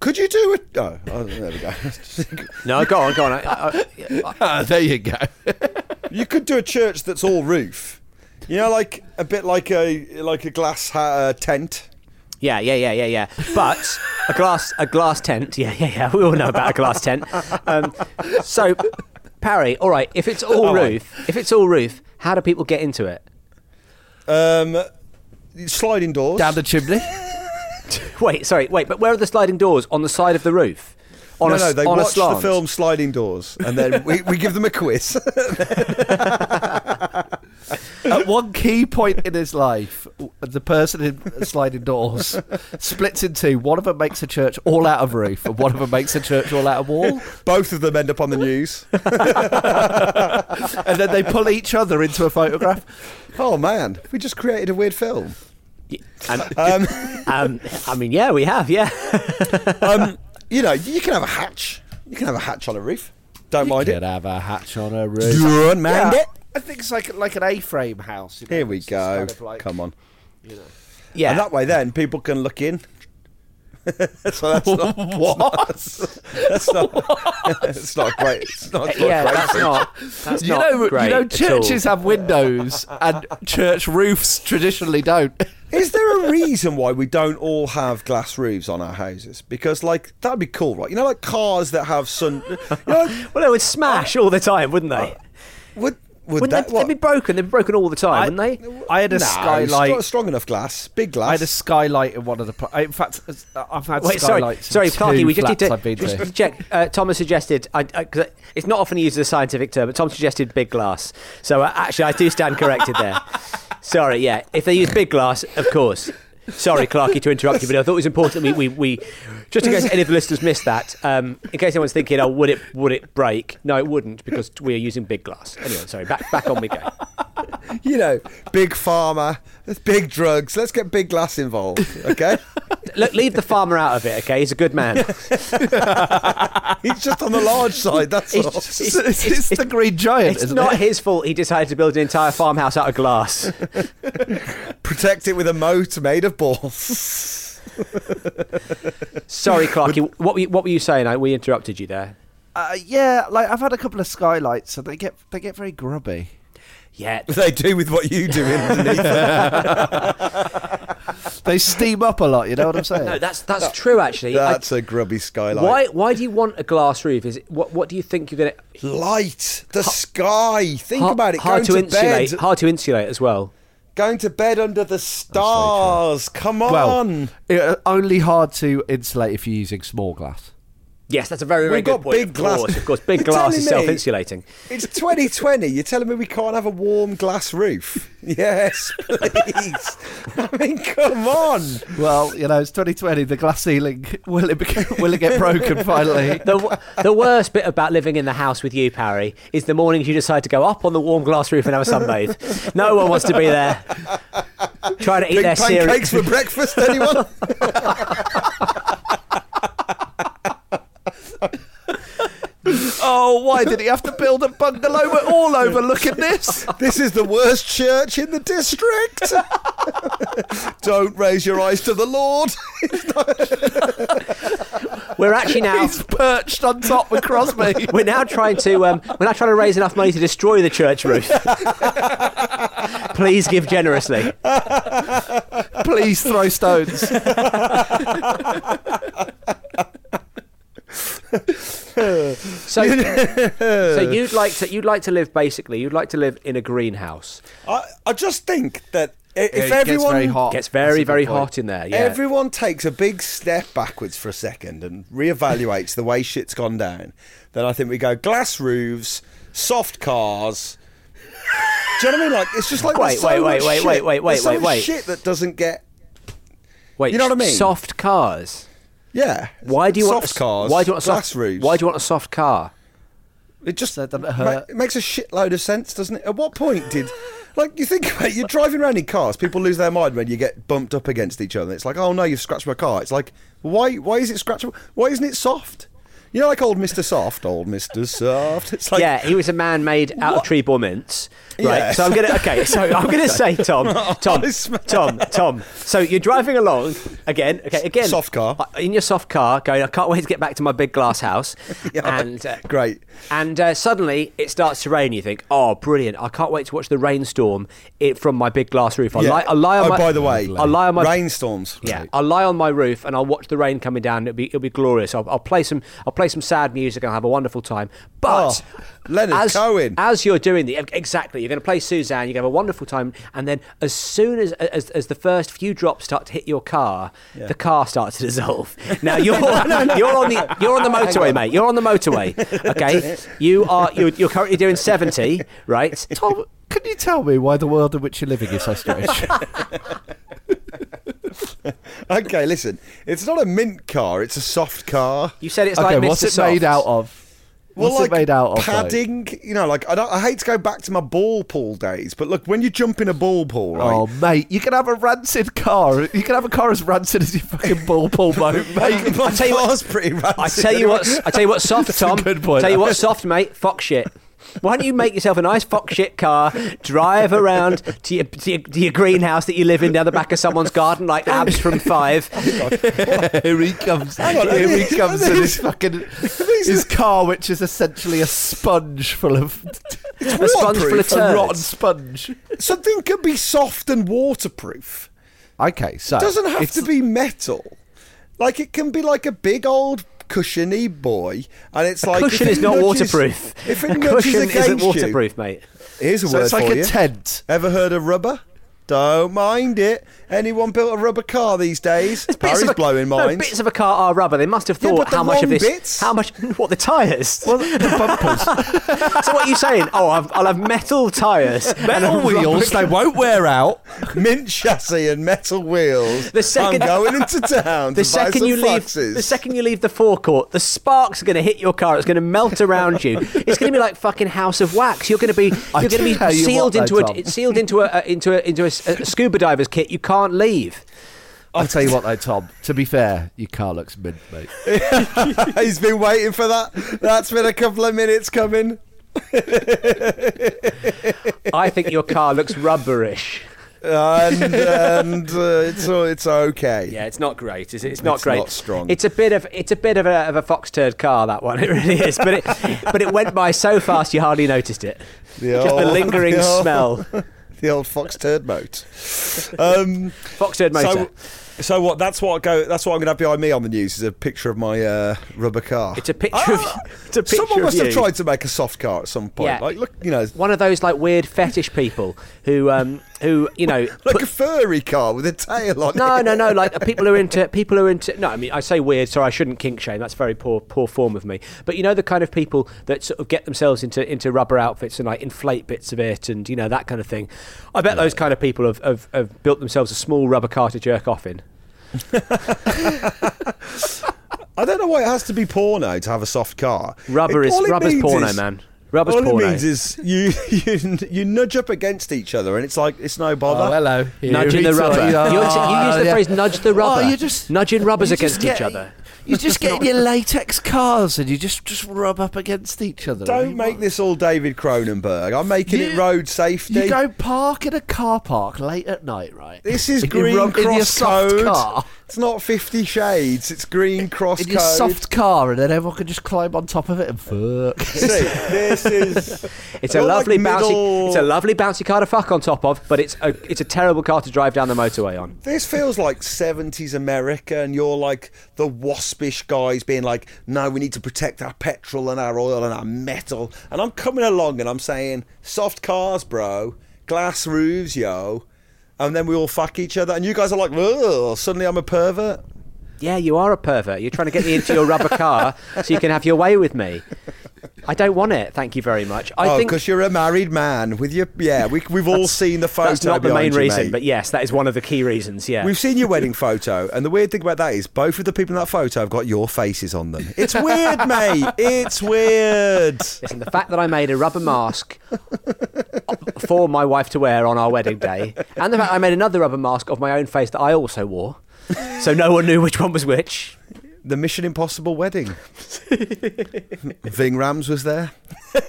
Could you do it? Oh, oh, there we go. No, go on, go on. I, I, I, Ah, there you go. You could do a church that's all roof. You know, like a bit like a like a glass ha- uh, tent. yeah, yeah, yeah, yeah, yeah. But a glass a glass tent. Yeah, yeah, yeah. We all know about a glass tent. Um, so, Parry, all right. If it's all All right. roof, if it's all roof, how do people get into it? Um, sliding doors. Down the chimney. Wait, sorry, wait, but where are the sliding doors? On the side of the roof? On Oh, no, a, no, s- they on a watch the slant? film Sliding Doors, and then we, we give them a quiz. At one key point in his life, the person in uh, sliding doors splits in two. One of them makes a church all out of roof, and one of them makes a church all out of wall. Both of them end up on the news. And then they pull each other into a photograph. oh man, we just created a weird film. And, um, I mean, yeah, we have, yeah. Um, you know, you can have a hatch. You can have a hatch on a roof. Don't mind Could it. have a hatch on a roof. Don't mind it. I think it's like like an A-frame house. you know, Here we it's just go. kind of like- Come on. Yeah. And that way, then people can look in. so that's not what. That's not. it's not great. It's not, yeah, great. that's not. That's You not know, great you know, at churches all. have windows, and church roofs traditionally don't. Is there a reason why we don't all have glass roofs on our houses? Because like that'd be cool, right? You know, like cars that have sun. You know, Well, they would smash all the time, wouldn't they? would would Wouldn't Uh, that they, would be broken. They'd be broken all the time, wouldn't they? I had a No, skylight. stro- strong enough glass, big glass. I had a skylight in one of the. Pl- I, in fact, uh, I've had Wait, sorry, skylights. sorry, in two Clarky, we just need flats I've to, been just to. to check. Uh, Thomas suggested, I, I, 'cause it's not often used as a scientific term, but Tom suggested big glass. So uh, actually, I do stand corrected there. sorry, yeah. If they use big glass, of course. Sorry, Clarky, to interrupt you, but I thought it was important we, we, we just in case any of the listeners missed that, um, in case anyone's thinking, oh, would it would it break? No, it wouldn't because we are using big glass. Anyway, sorry, back back on we go. you know, big pharma, big drugs. Let's get big glass involved, okay? Look, leave the farmer out of it, okay? He's a good man. He's just on the large side. That's all. just- It's, it's, it's the Green Giant, It's isn't not it? his fault he decided to build an entire farmhouse out of glass. protect it with a moat made of balls. Sorry, Clarky. What were you, what were you saying? I, we interrupted you there. Uh, yeah, like I've had a couple of skylights, and they get they get very grubby. Yeah. they do with what you do underneath. They steam up a lot. You know what I'm saying? No, that's that's true. Actually, I- That's a grubby skylight. why why do you want a glass roof? Is it, what what do you think you're going to Light the sky. Think hard, about it. hard going to, insulate? bed. Hard to insulate as well. Going to bed under the stars. Come on. well, it, uh, only hard to insulate if you're using small glass. Yes, that's a very very We've good got point. big of glass. course, of course, big You're glass telling is me- self insulating. It's 2020. You're telling me we can't have a warm glass roof? Yes, please. I mean, come on. Well, you know, it's 2020. The glass ceiling will it become, will it get broken finally? The, w- the worst bit about living in the house with you, Parry, is the mornings you decide to go up on the warm glass roof and have a sunbathe. no one wants to be there trying to eat Big their cereal. pancakes for breakfast, anyone? Oh, why did he have to build a bungalow? We're all overlooking this. This is the worst church in the district. Don't raise your eyes to the Lord. We're actually now He's perched on top with Crosby. We're now trying to um, we're now trying to raise enough money to destroy the church roof. Please give generously. Please throw stones. So, so you'd like to you'd like to live basically you'd like to live in a greenhouse. I, I just think that i- if It gets everyone very hot. Gets That's a very good very point. hot in there. Yeah. everyone takes a big step backwards for a second and reevaluates the way shit's gone down, then I think we go glass roofs, soft cars. Do you know what I mean? Like it's just like Wait, there's so wait, much wait, shit- wait, wait, wait, there's so wait, much wait. Shit that doesn't get Wait, you know what I mean? Soft cars. yeah. Why do you soft want a, cars? Why do you want a soft, glass roofs? Why do you want a soft car? It just So it uh, doesn't ma- hurt. It makes a shitload of sense, doesn't it? At what point did, like, you think about it, you're driving around in cars, people lose their mind when you get bumped up against each other. It's like, oh no, you've scratched my car. It's like, why? Why is it scratchable? Why isn't it soft? You know, like old Mister Soft, old Mister Soft. It's like, yeah, he was a man made out of tree mints. Right. Yeah. Oh, So I'm gonna okay. So I'm gonna say Tom, Tom, I smell- Tom, Tom. So you're driving along again. Okay, again. Uh, Soft car. In your soft car, going. I can't wait to get back to my big glass house. Yeah, and uh, great. And uh, suddenly it starts to rain. You think, oh, brilliant! I can't wait to watch the rainstorm it, from my big glass roof. I Yeah. lie. I lie on oh, my. by the way, I lie on my rainstorms. yeah, I'll lie on my roof and I'll watch the rain coming down. It'll be it'll be glorious. I'll, I'll play some I'll play some sad music. and I'll have a wonderful time. But Oh, Leonard as, Cohen. as you're doing the exactly, you're going to play Suzanne. You're going to have a wonderful time, and then as soon as as, as the first few drops start to hit your car, the car starts to dissolve. Now you're you're on the you're on the motorway, mate. You're on the motorway. Okay, you are you're, you're currently doing seventy, right? Oh, Tom, can you tell me why the world in which you're living is so strange? okay, listen. It's not a mint car. It's a soft car. You said it's okay, like Mr. what's it Soft. made out of? What's well, it made out of? though? padding. You know, like I, don't, I hate to go back to my ball pool days, but look, when you jump in a ball pool, right? Oh mate, you can have a rancid car. You can have a car as rancid as your fucking ball pool boat, mate. my tell you what- car's pretty rancid. I tell you what, I tell you what, soft a Tom. good point. Tell you what, soft mate. Fuck shit. Why don't you make yourself a nice fuck shit car, drive around to your, to your, to your greenhouse that you live in down the back of someone's garden like abs from five? Oh, Here he comes. Hang on, Here are these- he comes are in these- his fucking his car, which is essentially a sponge full of A sponge full of waterproof a turds. rotten sponge. Something could be soft and waterproof. Okay, so doesn't have it's- to be metal. Like it can be like a big old cushiony boy, and it's like cushion if it is not nudges- waterproof. If it a nudges cushion against isn't waterproof, mate. you, here's a So word it's like for a you. tent. Ever heard of rubber? Don't mind it. Anyone built a rubber car these days? Bits Harry's of a- blowing no, minds. bits of a car are rubber. They must have Yeah, thought but the how much of wrong this, bits? how much, what the tyres. Well, the bumpers, so what are you saying? Oh, I've, I'll have metal tyres. metal wheels, they won't wear out. Mint chassis and metal wheels. The second- I'm going into town. The to buy second some you leave, foxes. the second you leave the forecourt, the sparks are going to hit your car. It's going to melt around you. It's going to be like fucking House of Wax. You're going to be, I you're going to tell be you sealed what, into though, a, Tom. sealed into a, uh, into a, into a, s- a scuba diver's kit. You can't leave. I'll tell you what, though, Tom. To be fair, your car looks mint, mate. He's been waiting for that. That's been a couple of minutes coming. I think your car looks rubberish. and, and uh, it's uh, it's okay. Yeah, it's not great. Is it? It's not It's great. not strong. It's a bit of it's a bit of a, of a fox turd car that one. It really is. But it but it went by so fast you hardly noticed it. The Just the old- lingering the old- smell. The old fox turd moat. Um, Fox turd motor. so, so what? That's what I go. That's what I'm going to have behind me on the news is a picture of my uh, rubber car. Ah! It's a picture of- it's a picture Someone of must you. have tried to make a soft car at some point. Yeah. Like look, you know, one of those like weird fetish people who um who you know like put- a furry car with a tail on no it. no no like people who are into people who are into no I mean I say weird so I shouldn't kink shame that's very poor poor form of me but you know the kind of people that sort of get themselves into into rubber outfits and like inflate bits of it and you know that kind of thing I bet those kind of people have, have, have built themselves a small rubber car to jerk off in I don't know why it has to be porno to have a soft car. rubber It- is all it rubber's means porno is- man rubber's all porno it means is you, you you nudge up against each other and it's like it's no Oh, bother. Oh, hello. Nudging the uh, rubber. You, you use the phrase "nudge the rubber." Oh, you just nudging rubbers you just against get- each other. You just get your latex cars and you just just rub up against each other. eh? Don't make this all David Cronenberg. I'm making it You- road safety. You go park in a car park late at night, right? This is And you green rub in your cross soft code. car. It's not Fifty Shades. It's green cross In code. your soft car, and then everyone can just climb on top of it and fuck. See, this is. It's a You're lovely like bouncy. middle- It's a lovely bouncy car to fuck on top of, but it's a it's a terrible car to drive down the motorway on. This feels like 70s America, and you're like the waspish guys being like, no, we need to protect our petrol and our oil and our metal. And I'm coming along and I'm saying, soft cars, bro, glass roofs, yo. And then we all fuck each other. And you guys are like, Ugh, suddenly I'm a pervert. Yeah, you are a pervert. You're trying to get me into your rubber car so you can have your way with me. I don't want it. Thank you very much. I oh, think because you're a married man with your yeah. We, we've all seen the photo. that's not the behind main you, reason, mate. but yes, that is one of the key reasons. Yeah. We've seen your wedding photo, and the weird thing about that is both of the people in that photo have got your faces on them. It's weird, mate. It's weird. Listen, the fact that I made a rubber mask for my wife to wear on our wedding day, and the fact I made another rubber mask of my own face that I also wore, so no one knew which one was which. The Mission Impossible wedding. Ving Rams was there.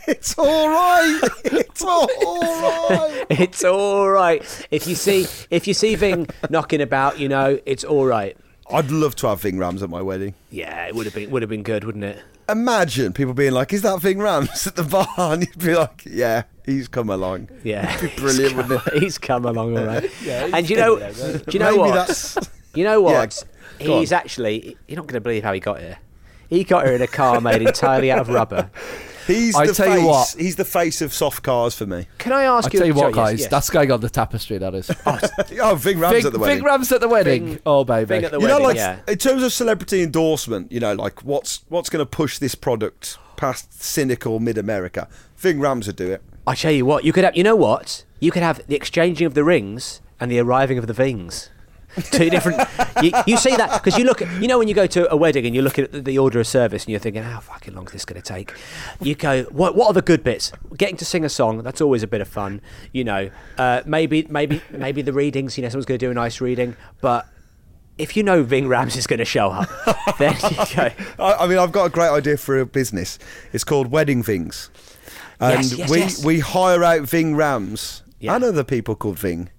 it's all right. It's all, all right. It's all right. If you see if you see Ving knocking about, you know it's all right. I'd love to have Ving Rams at my wedding. Yeah, it would have been would have been good, wouldn't it? Imagine people being like, "Is that Ving Rams at the bar?" And you'd be like, "Yeah, he's come along." Yeah, It'd be brilliant, He's wouldn't it? come, he's come along all right. and you know, do you know Maybe what? that's- You know what? Yeah, go he's on. actually you're not going to believe how he got here. He got here in a car made entirely out of rubber. He's I the tell you face. what. He's the face of soft cars for me. Can I ask I you? tell you sorry, what, yes, guys, yes. that's going on the tapestry. That is. Oh, Ving Rams Big, at the wedding. big Rams at the wedding. oh baby. Ving at the you know, wedding, like yeah. in terms of celebrity endorsement, you know, like what's what's going to push this product past cynical mid America? Ving Rams would do it. I tell you what, you could have. You know what? You could have the exchanging of the rings and the arriving of the vings. Two different. you, you see that because you look at you know when you go to a wedding and you're looking at the, the order of service and you're thinking how fucking long is this going to take. You go what what are the good bits? Getting to sing a song that's always a bit of fun. You know uh, maybe maybe maybe the readings. You know someone's going to do a nice reading, but. If you know Ving Rams is going to show up, then you go. I, I mean, I've got a great idea for a business. It's called Wedding Vings. And Yes, yes, we, yes. we hire out Ving Rams Yeah. and other people called Ving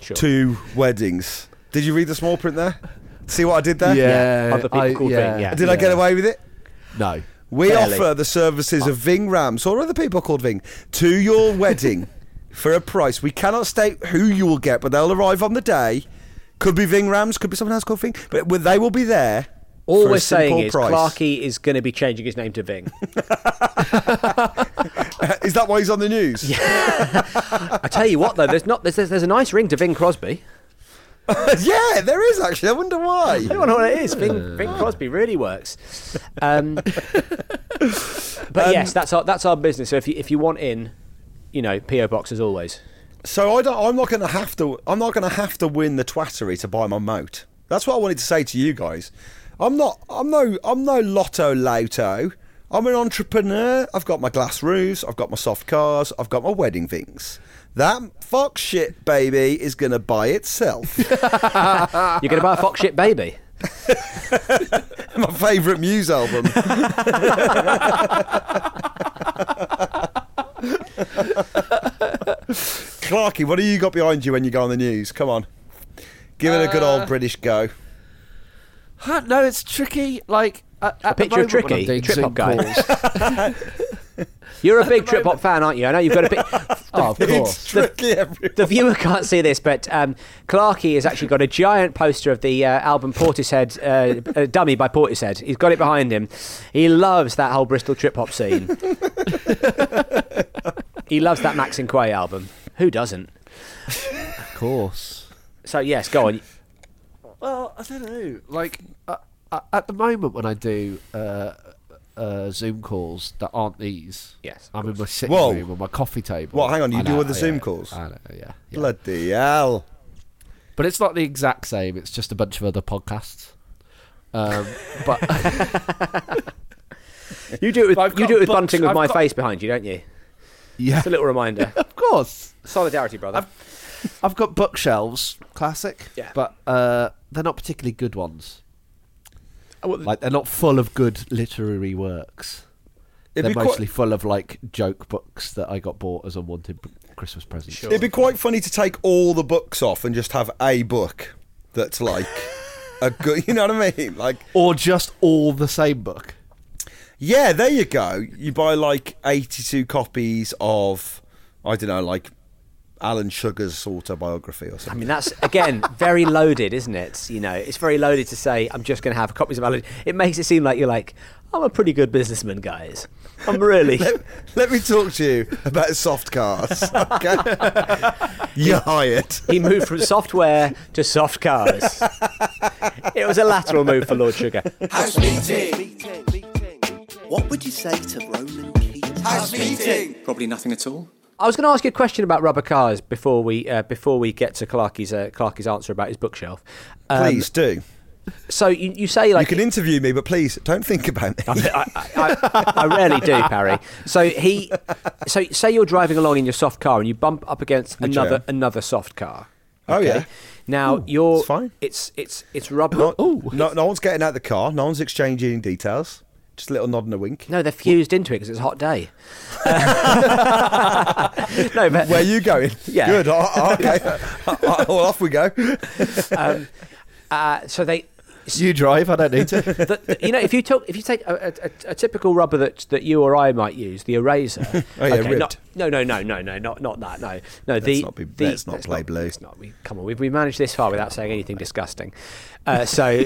Sure. to weddings. Did you read the small print there? See what I did there? Yeah, Other people called Ving, yeah. Did I get away with it? No. We Barely. offer the services of Ving Rams or other people called Ving to your wedding for a price. We cannot state who you will get, but they'll arrive on the day. Could be Ving Rams, could be someone else called Ving, but well, they will be there. All for we're a simple saying is E price. Clarkey is going to be changing his name to Ving. Is that why he's on the news? Yeah, I tell you what, though, there's not there's, there's, there's a nice ring to Ving Crosby. there is actually. I wonder why. I don't know what it is. Ving, Ving Crosby really works. Um, but yes, that's our that's our business. So if you if you want in, you know, PO box as always. So I don't. I'm not going to have to. I'm not going to have to win the twattery to buy my moat. That's what I wanted to say to you guys. I'm not. I'm no. I'm no lotto lauto. I'm an entrepreneur. I've got my glass roofs. I've got my soft cars. I've got my wedding things. That fox shit baby is going to buy itself. You're going to buy a fox shit baby. my favourite Muse album. Clarky, what do you got behind you when you go on the news? Come on. Give it a good Uh, old British go. Huh, no, it's tricky. Like at, at the picture of moment when Tricky, I'm doing trip Zoom hop guy. calls- You're a big trip hop fan, aren't you? I know you've got a big. oh, of course. It's tricky, everyone. The viewer can't see this, but um, Clarkey has actually got a giant poster of the uh, album Portishead, uh, a dummy by Portishead. He's got it behind him. He loves that whole Bristol trip hop scene. he loves that Max and Quay album. Who doesn't? Of course. So yes, go on. Well, I don't know. Like uh, uh, at the moment when I do uh, uh, Zoom calls that aren't these, Yes, of I'm in my sitting Whoa. room on my coffee table. Well, hang on, you I do other yeah, Zoom calls? I know, yeah, yeah. Bloody hell. but it's not the exact same. It's just a bunch of other podcasts. Um, but You do it I've with, you got do it with books- bunting with I've my got- face behind you, don't you? yeah, It's a little reminder. of course. Solidarity, brother. I've got bookshelves, classic. Yeah. But uh, they're not particularly good ones. Oh, well, Like they're not full of good literary works. It'd be, they're quite, mostly full of like joke books that I got bought as unwanted p- Christmas presents. it'd be quite funny to take all the books off and just have a book that's like a good. You know what I mean? Like, Or just all the same book. yeah, there you go. You buy like 82 copies of, I don't know, like Alan Sugar's autobiography or I something. mean, that's again very loaded, isn't it? You know, it's very loaded to say I'm just going to have copies of Alan. It makes it seem like you're like I'm a pretty good businessman, guys. I'm really. Let me talk to you about soft cars. Okay? You're hired. he moved from software to soft cars. it was a lateral move for Lord Sugar. House meeting. What would you say to Roman Keating? House meeting. Probably nothing at all. I was going to ask you a question about rubber cars before we uh, before we get to Clarky's uh, Clarky's answer about his bookshelf. Um, Please do. So you, you say like You can interview me, but please don't think about me. I, I, I rarely do, Parry. So he, so say you're driving along in your soft car and you bump up against Which I another am. another soft car. Oh, yeah. Now you're it's fine. It's it's it's rubber. No, no, no one's getting out the car. No one's exchanging details. Just a little nod and a wink. No, they're fused into it because it's a hot day. no, but Where are you going? Yeah. Good. Oh, oh, okay. Oh, oh, well, off we go. uh, so they. You drive, I don't need to. The, the- you know, if you took, if you take a, a, a- a typical rubber that that you or I might use, the eraser. Oh, yeah, ribbed. not- no, no, no, no, no, not not that. No, no. Let's the, not be- the- let's not play blue. let's not. We, come on, we've, we managed this far without saying anything disgusting. Uh, so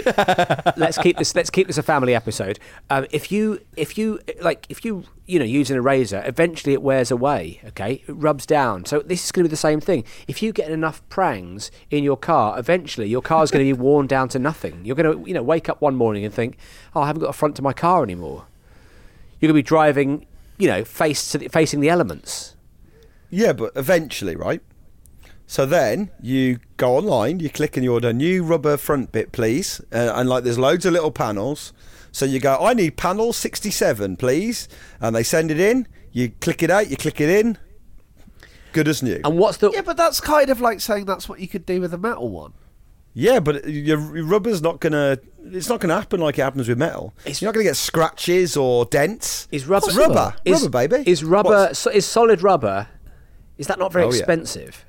let's keep this. Let's keep this a family episode. Um, if you, if you like, if you, you know, use an eraser, eventually it wears away. Okay, it rubs down. So this is going to be the same thing. If you get enough prangs in your car, eventually your car's going to be worn down to nothing. You're going to, you know, wake up one morning and think, oh, I haven't got a front to my car anymore. You're going to be driving, you know, face to the, facing the elements. Yeah, but eventually, right? So then you go online, you click and you order new rubber front bit, please. Uh, and like there's loads of little panels. So you go, I need panel 67, please. And they send it in. You click it out, you click it in. Good as new. And what's the Yeah, but that's kind of like saying that's what you could do with a metal one. Yeah, but your your rubber's not gonna. It's not gonna happen like it happens with metal. You're not gonna get scratches or dents. is rubber It's rubber? Is, rubber, baby. Is rubber What's- so, is solid rubber? Is that not very Oh, yeah. expensive?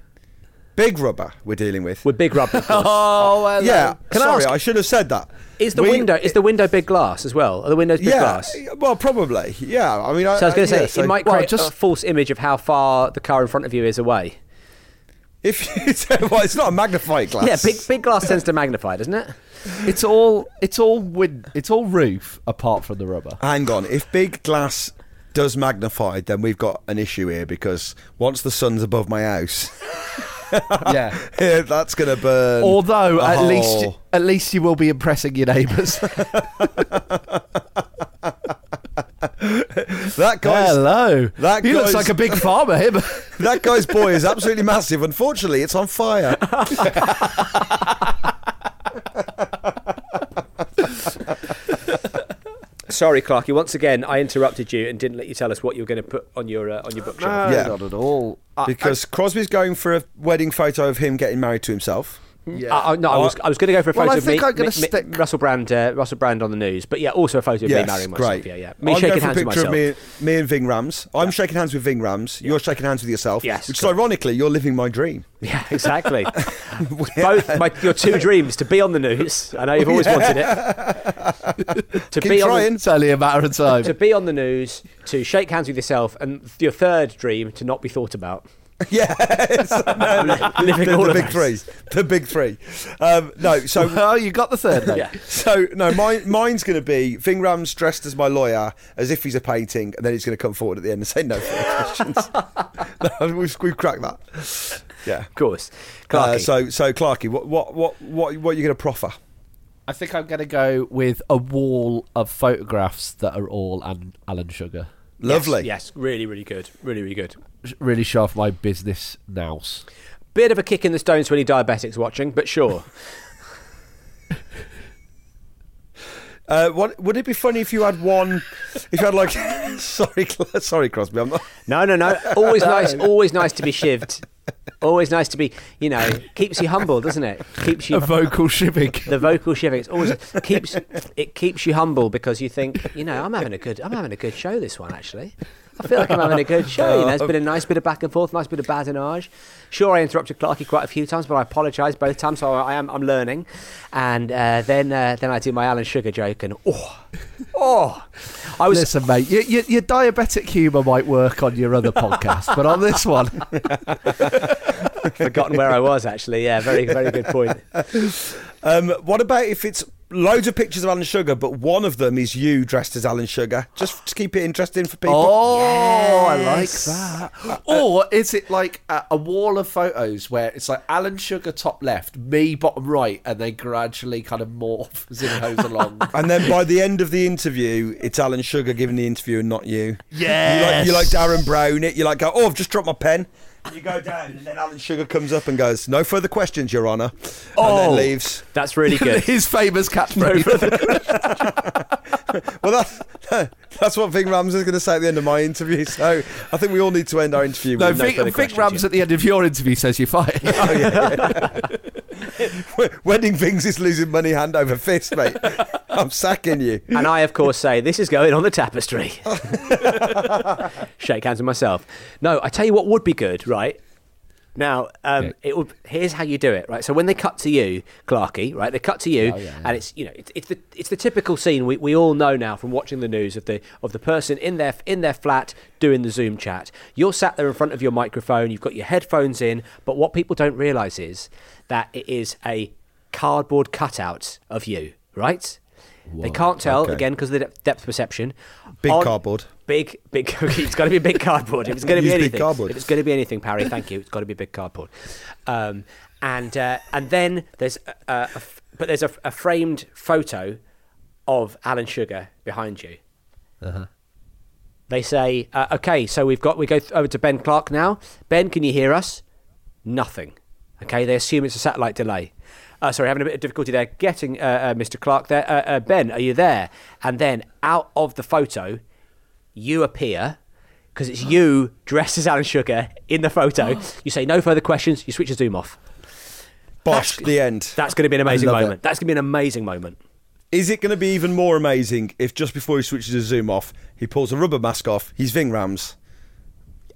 big rubber we're dealing with. With big rubber. of course. Oh, well, yeah. Can I sorry, ask- I, should have said that. Is the We- window is the window big glass as well? Are the windows big yeah, eh, glass? Well, probably. Yeah. I mean, I, Uh, So I was going to yeah, say so it might Well, create just, a just- false image of how far the car in front of you is away. If you, well, it's not a magnifying glass. Yeah, big big glass tends to magnify, doesn't it? It's all it's all win it's all roof apart from the rubber. Hang on. If big glass does magnify, then we've got an issue here because once the sun's above my house, yeah. Oh. yeah, that's gonna burn. Although a at least hole. at least you will be impressing your neighbours. that guy's Hello. That he looks guy's- like a big farmer. Him. That guy's boy is absolutely massive. Unfortunately, it's on fire. Sorry, Clarky. Once again, I interrupted you and didn't let you tell us what you were going to put on your uh, on your bookshelf. Yeah. Not at all. I- Because Crosby's going for a wedding photo of him getting married to himself. yeah. Uh, uh, no, I was, I was going to go for a Well, photo I of me, think I'm gonna me- me- stick- Russell Brand, uh, Russell Brand on the news, but yeah, also a photo of me Yes, marrying myself. great. Yeah, yeah, me I'm shaking going hands for a with picture myself. of me, me and Ving Rams. I'm shaking hands with Ving Rams. You're shaking hands with yourself. Yes, Which, is correct. ironically, you're living my dream. Yeah, exactly. Both my, your two dreams to be on the news. I know you've always wanted it. to Keep be on trying. it's only a matter of time. the, to be on the news, to shake hands with yourself, and your third dream to not be thought about. Yeah. no, no. Living the, all the of big three. those. The big three. Um, no, so oh, you got the third. Mate. Yeah. So no, mine, mine's going to be Ving Rams dressed as my lawyer, as if he's a painting, and then he's going to come forward at the end and say no further questions. no, we've, we've cracked that. Yeah. Of course, Uh, Clarky. so so Clarky, what what what what what are you going to proffer? I think I'm going to go with a wall of photographs that are all Alan, Alan Sugar. Lovely. Yes, really, really good. Really, really good. Really show off my business nouse. Bit of a kick in the stones to any diabetics watching, but sure. Uh, what would it be funny if you had one? If you had like, sorry, Cl- sorry, Crosby, I'm not. No, no, no. Always nice. Always nice to be shivved. Always nice to be, you know, keeps you humble, doesn't it? Keeps you A vocal shipping. the vocal shivving. It's always keeps it keeps you humble because you think, you know, I'm having a good I'm having a good show this one actually. I feel like I'm having a good show. You know, it's been a nice bit of back and forth, nice bit of badinage. Sure, I interrupted Clarky quite a few times, but I apologise both times. So I am I'm learning, and uh, then uh, then I do my Alan Sugar joke, and oh, oh, I was Listen, mate, your, your, your diabetic humour might work on your other podcast, but on this one, forgotten where I was actually. Yeah, very very good point. Um, what about if it's loads of pictures of Alan Sugar, but one of them is you dressed as Alan Sugar? Just to keep it interesting for people. oh, I like that. or is it like a, a wall of photos where it's like Alan Sugar top left, me bottom right, and they gradually kind of morph as it goes along? And then by the end of the interview, it's Alan Sugar giving the interview and not you. Yes. You like, you like Darren Brown it. You like go, oh, I've just dropped my pen. And you go down, and then Alan Sugar comes up and goes, no further questions, Your Honour. Oh. And then leaves. That's really good. His famous catchphrase. Well, that's, that's what Ving Rams is going to say at the end of my interview. So I think we all need to end our interview no, with no Vic, further Vic questions, Rams yeah. at the end of your interview says you're fired. Oh, yeah. Wedding Vings is losing money hand over fist, mate. I'm sacking you. And I, of course, say, this is going on the tapestry. Shake hands with myself. No, I tell you what would be good, right? Now, um, Yeah. it would, here's how you do it, right? So when they cut to you, Clarky, right? They cut to you, and it's you know it's, it's the it's the typical scene we, we all know now from watching the news of the of the person in their in their flat doing the Zoom chat. You're sat there in front of your microphone, you've got your headphones in, but what people don't realise is that it is a cardboard cutout of you, right? they can't tell okay. again because of the depth, depth perception. Big cardboard. Big, big. It's got to be big cardboard. If it's going to be Use big anything, cardboard. if it's going to be anything, Parry, thank you. It's got to be big cardboard. Um, and uh, and then there's a, a, a f- but there's a, f- a framed photo of Alan Sugar behind you. Uh-huh. They say, uh, okay, so we've got we go th- over to Ben Clark now. Ben, can you hear us? Nothing. Okay, they assume it's a satellite delay. Uh, sorry, having a bit of difficulty there getting uh, uh, Mr. Clark there. Uh, uh, ben, are you there? And then out of the photo, you appear because it's you dressed as Alan Sugar in the photo. you say no further questions. You switch the zoom off. Bosh, the end. That's going to be an amazing I love moment. it. That's going to be an amazing moment. Is it going to be even more amazing if just before he switches his zoom off, he pulls a rubber mask off, he's Ving Rams,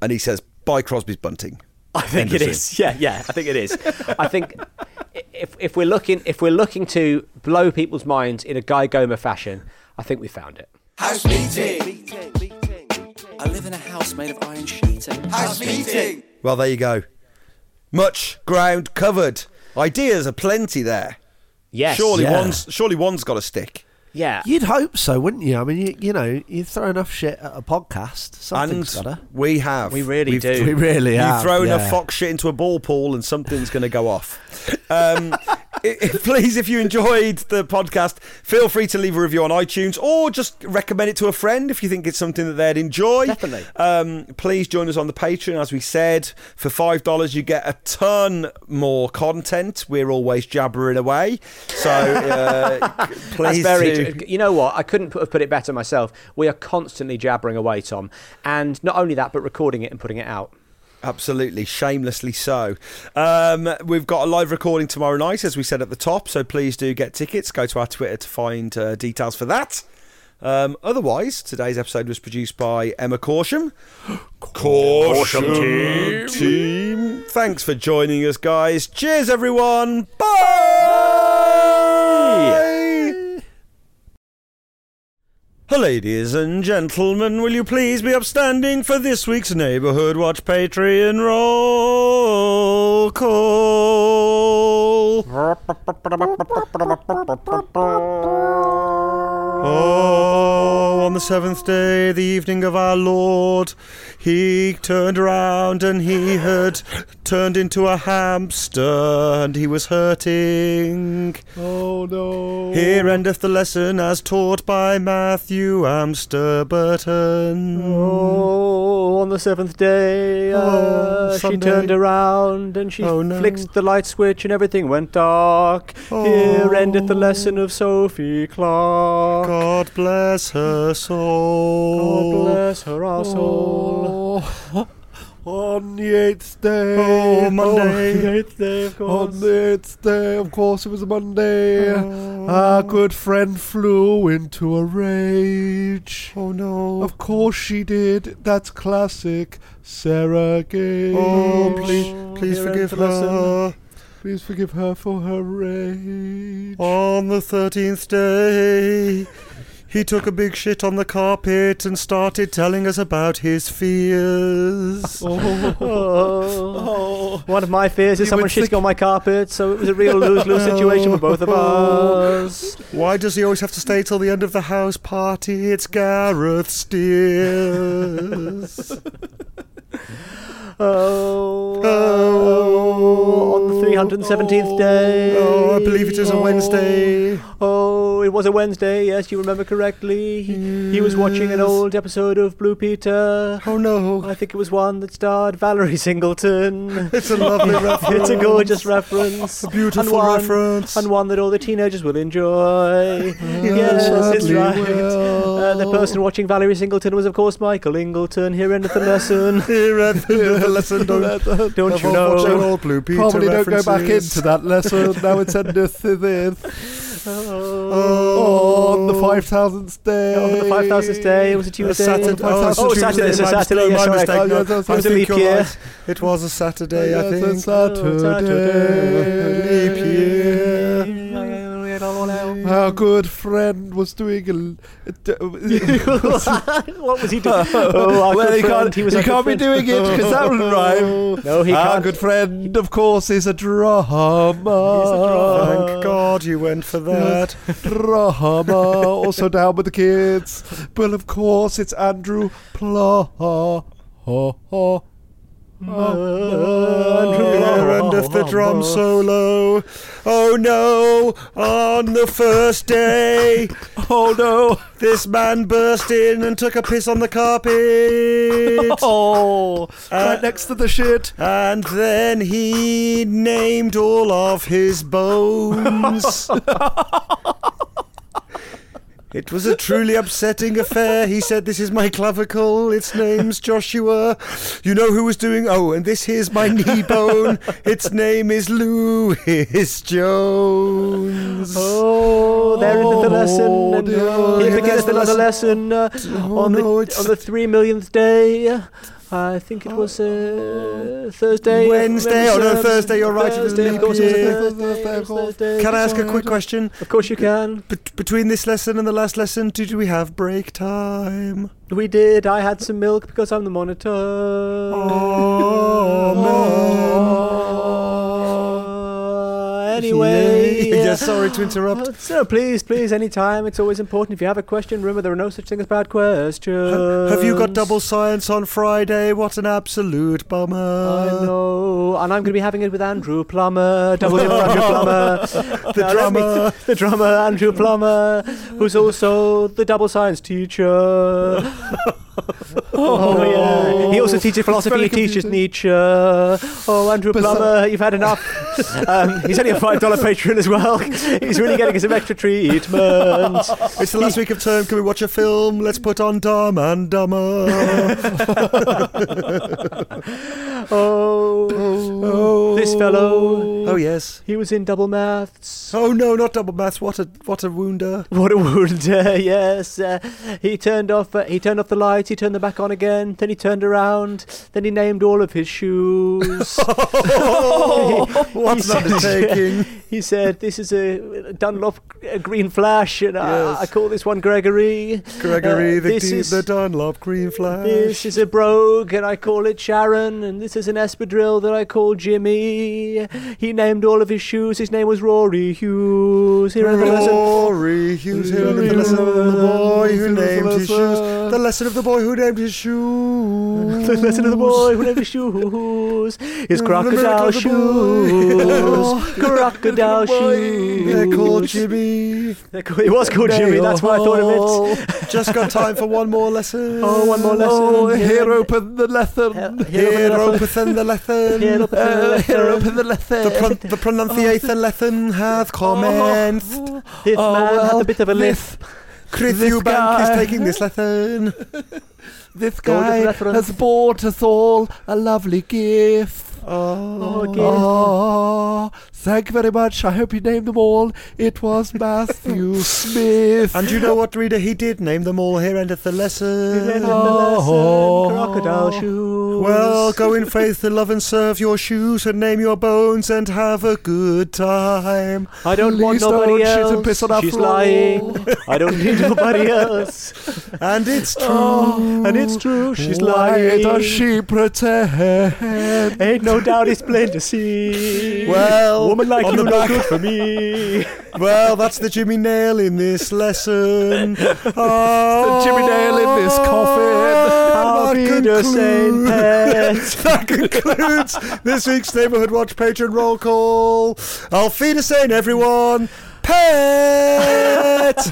and he says, Buy Crosby's bunting. I think End it of is. Yeah, yeah. I think it is. I think if if we're looking if we're looking to blow people's minds in a Guy Gomer fashion, I think we found it. House meeting. I live in a house made of iron sheeting. House meeting. Well, there you go. Much ground covered. Ideas are plenty there. Yes. surely yeah. one's surely one's got to stick. Yeah. You'd hope so, wouldn't you? I mean, you, you know, you throw enough shit at a podcast, And something's gotta. we have. We really We've- do. We really You've have, thrown a yeah. fox shit into a ball pool and something's going to go off. Um, i- i- please, if you enjoyed the podcast, feel free to leave a review on iTunes or just recommend it to a friend if you think it's something that they'd enjoy. Definitely. Um, please join us on the Patreon. As we said, for $5, you get a ton more content. We're always jabbering away. So uh, That's please do. very. You know what? I couldn't put, have put it better myself. We are constantly jabbering away, Tom, and not only that, but recording it and putting it out. Absolutely, shamelessly so. Um, we've got a live recording tomorrow night, as we said at the top, so please do get tickets. Go to our Twitter to find uh, details for that. Um, otherwise, today's episode was produced by Emma Corsham. Corsham, team. Thanks for joining us, guys. Cheers, everyone. Bye. Ladies and gentlemen, will you please be upstanding for this week's Neighbourhood Watch Patreon roll call? Oh, on the seventh day, the evening of our Lord, he turned round and he had turned into a hamster and he was hurting. Oh no! Here endeth the lesson as taught by Matthew Amster Burton. Oh, on the seventh day, uh, Oh, she Sunday. turned around and she Oh, no. flicked the light switch and everything went dark. Oh. Here ended the lesson of Sophie Clark. God bless her God soul. bless her Oh. our soul. on the eighth day. Oh, Monday. Oh, the eighth day, of course. On the eighth day, of course, it was a Monday. Oh. Our good friend flew into a rage. Oh no. Of course she did. That's classic Sarah Gage. Oh, please, please Here forgive endeth the lesson. her. Please forgive her for her rage. On the thirteenth day, he took a big shit on the carpet and started telling us about his fears. Oh. One of my fears is You someone would think- shitting on my carpet, so it was a real lose lose situation for both of Oh. us. Why does he always have to stay till the end of the house party? It's Gareth Steers. Oh, Oh. on the 317th day. oh, I believe it is a Wednesday. Oh, it was a Wednesday, yes, you remember correctly. He, he was watching an Yes. old episode of Blue Peter. Oh no, I think it was one that starred Valerie Singleton. it's a lovely reference. It's a gorgeous reference. A beautiful and one, reference. And one that all the teenagers will enjoy. yes, it's certainly right. will. Uh, the person watching Valerie Singleton was, of course, Michael Ingleton. Here endeth the lesson. Here at the end of the lesson, don't, Don't I've you all watched know? all Blue Peter Probably don't go references. back into that lesson. now it's endeth to this. On the 5000th day. Oh. On the 5000th day, it was a Tuesday. Saturday. Oh, it's a Tuesday, Saturday, it's a my Saturday, mistake, yeah, my sorry. mistake, no. It I was a think leap you're year. right. It was a Saturday, I Yes, think. it's Saturday. Leap year. Our good friend was doing a. what was he doing? Oh, our well, good he friend, can't, he was he our good can't be friend. doing it because that would rhyme. No, he Our can't. good friend, of course, is a Oh. drummer. Thank God you went for that. Drama, also down with the kids. But of course, it's Andrew Plummer. End of Oh, the drum solo. Oh no! On the first day. Oh no! This man burst in and took a piss on the carpet. Oh, right next to the shit. And then he named all of his bones. It was a truly upsetting affair. He said, This is my clavicle. Its name's Joshua. You know who was doing? Oh, and this here's my knee bone. Its name is Louis Jones. Oh, there is the lesson. And Oh, uh, dear. here Yeah, begins there's the the lesson, uh, on, no, the, it's- on the three millionth day. I think it was uh, Thursday. Wednesday. Oh, no, Um, Thursday. You're right. It was a Thursday, of leap course, it was a year. Thursday, it was Thursday. Can I ask a quick question? Of course you can. Bet- between this lesson and the last lesson, did we have break time? We did. I had some milk because I'm the monitor. Oh, Anyway. Yeah, sorry to interrupt. Uh, So please, please, anytime. It's always important. If you have a question, remember there are no such thing as bad questions. Have you got double science on Friday? What an absolute bummer. I know, and I'm going to be having it with Andrew Plummer, double dip for Andrew Plummer, The Now let me- drummer. the drummer Andrew Plummer, who's also the double science teacher. oh, yeah, he also teaches philosophy. He Oh. very teaches confusing. Nietzsche. Oh, Andrew Bizarre. Plummer, you've had enough. um, he's only a five dollar patron as well. he's really getting some extra treatment. Oh. It's the last week of term. Can we watch a film? Let's put on Dumb and Dumber. Oh, oh. this fellow. Oh yes. He was in double maths. Oh no, not double maths. What a what a wounder. What a wound! Uh, yes, uh, he turned off. Uh, he turned off the lights. He turned them back on again. Then he turned around. Then he named all of his shoes. What's He said- that taking? he said, "This is a Dunlop a green flash, and I, I call this one Gregory. Gregory, Uh, the, this D- is- the Dunlop Green Flash. This is a brogue, and I call it Sharon. And this is an espadrille that I call Jimmy. He named all of his shoes. His name was Rory Hughes. Here are the lessons. Glory, Hughes, here under the lesson of the boy who named his shoes. The lesson of the boy who named his shoes. The lesson of the boy who never shoes is crocodile The miracle shoes. crocodile shoes. They're called Jimmy. They're called- It was called Jimmy, that's why I thought of it. Just got time for one more lesson. Oh, one more lesson. Oh, Yeah. here open the lesson. Here openeth the lesson. Here openeth the Uh, here lesson. Oh. openeth the lesson. The, pron- the pronunciation lesson hath commenced. This Oh, man had well, a bit of a this- lisp. Chris this Eubank is guy. taking this lesson. This Golden guy reference. has bought us all a lovely gift. Oh, Oh, gift. Oh, thank you very much. I hope you named them all. It was Matthew Smith. And you know what, reader? He did name them all. Here endeth the Here endeth the lesson. Oh. lesson, crocodile shoes. Well, go in faith to love and serve your shoes and name your bones and have a good time. I don't want please don't nobody shit else. and piss on our She's floor. lying. I don't need nobody else. And it's Ah. true. And it's true, she's Why lying. does she pretend? Ain't no doubt it's plain to see. Well, woman like on you the no back- good for me. Well, that's the Jimmy Nail in this lesson. Oh, Jimmy Nail in this Ah, That Auf coffin. Wiedersehen, concludes- Pet. that concludes this week's Neighborhood Watch Patron Roll Call. Auf Wiedersehen, everyone. Pet!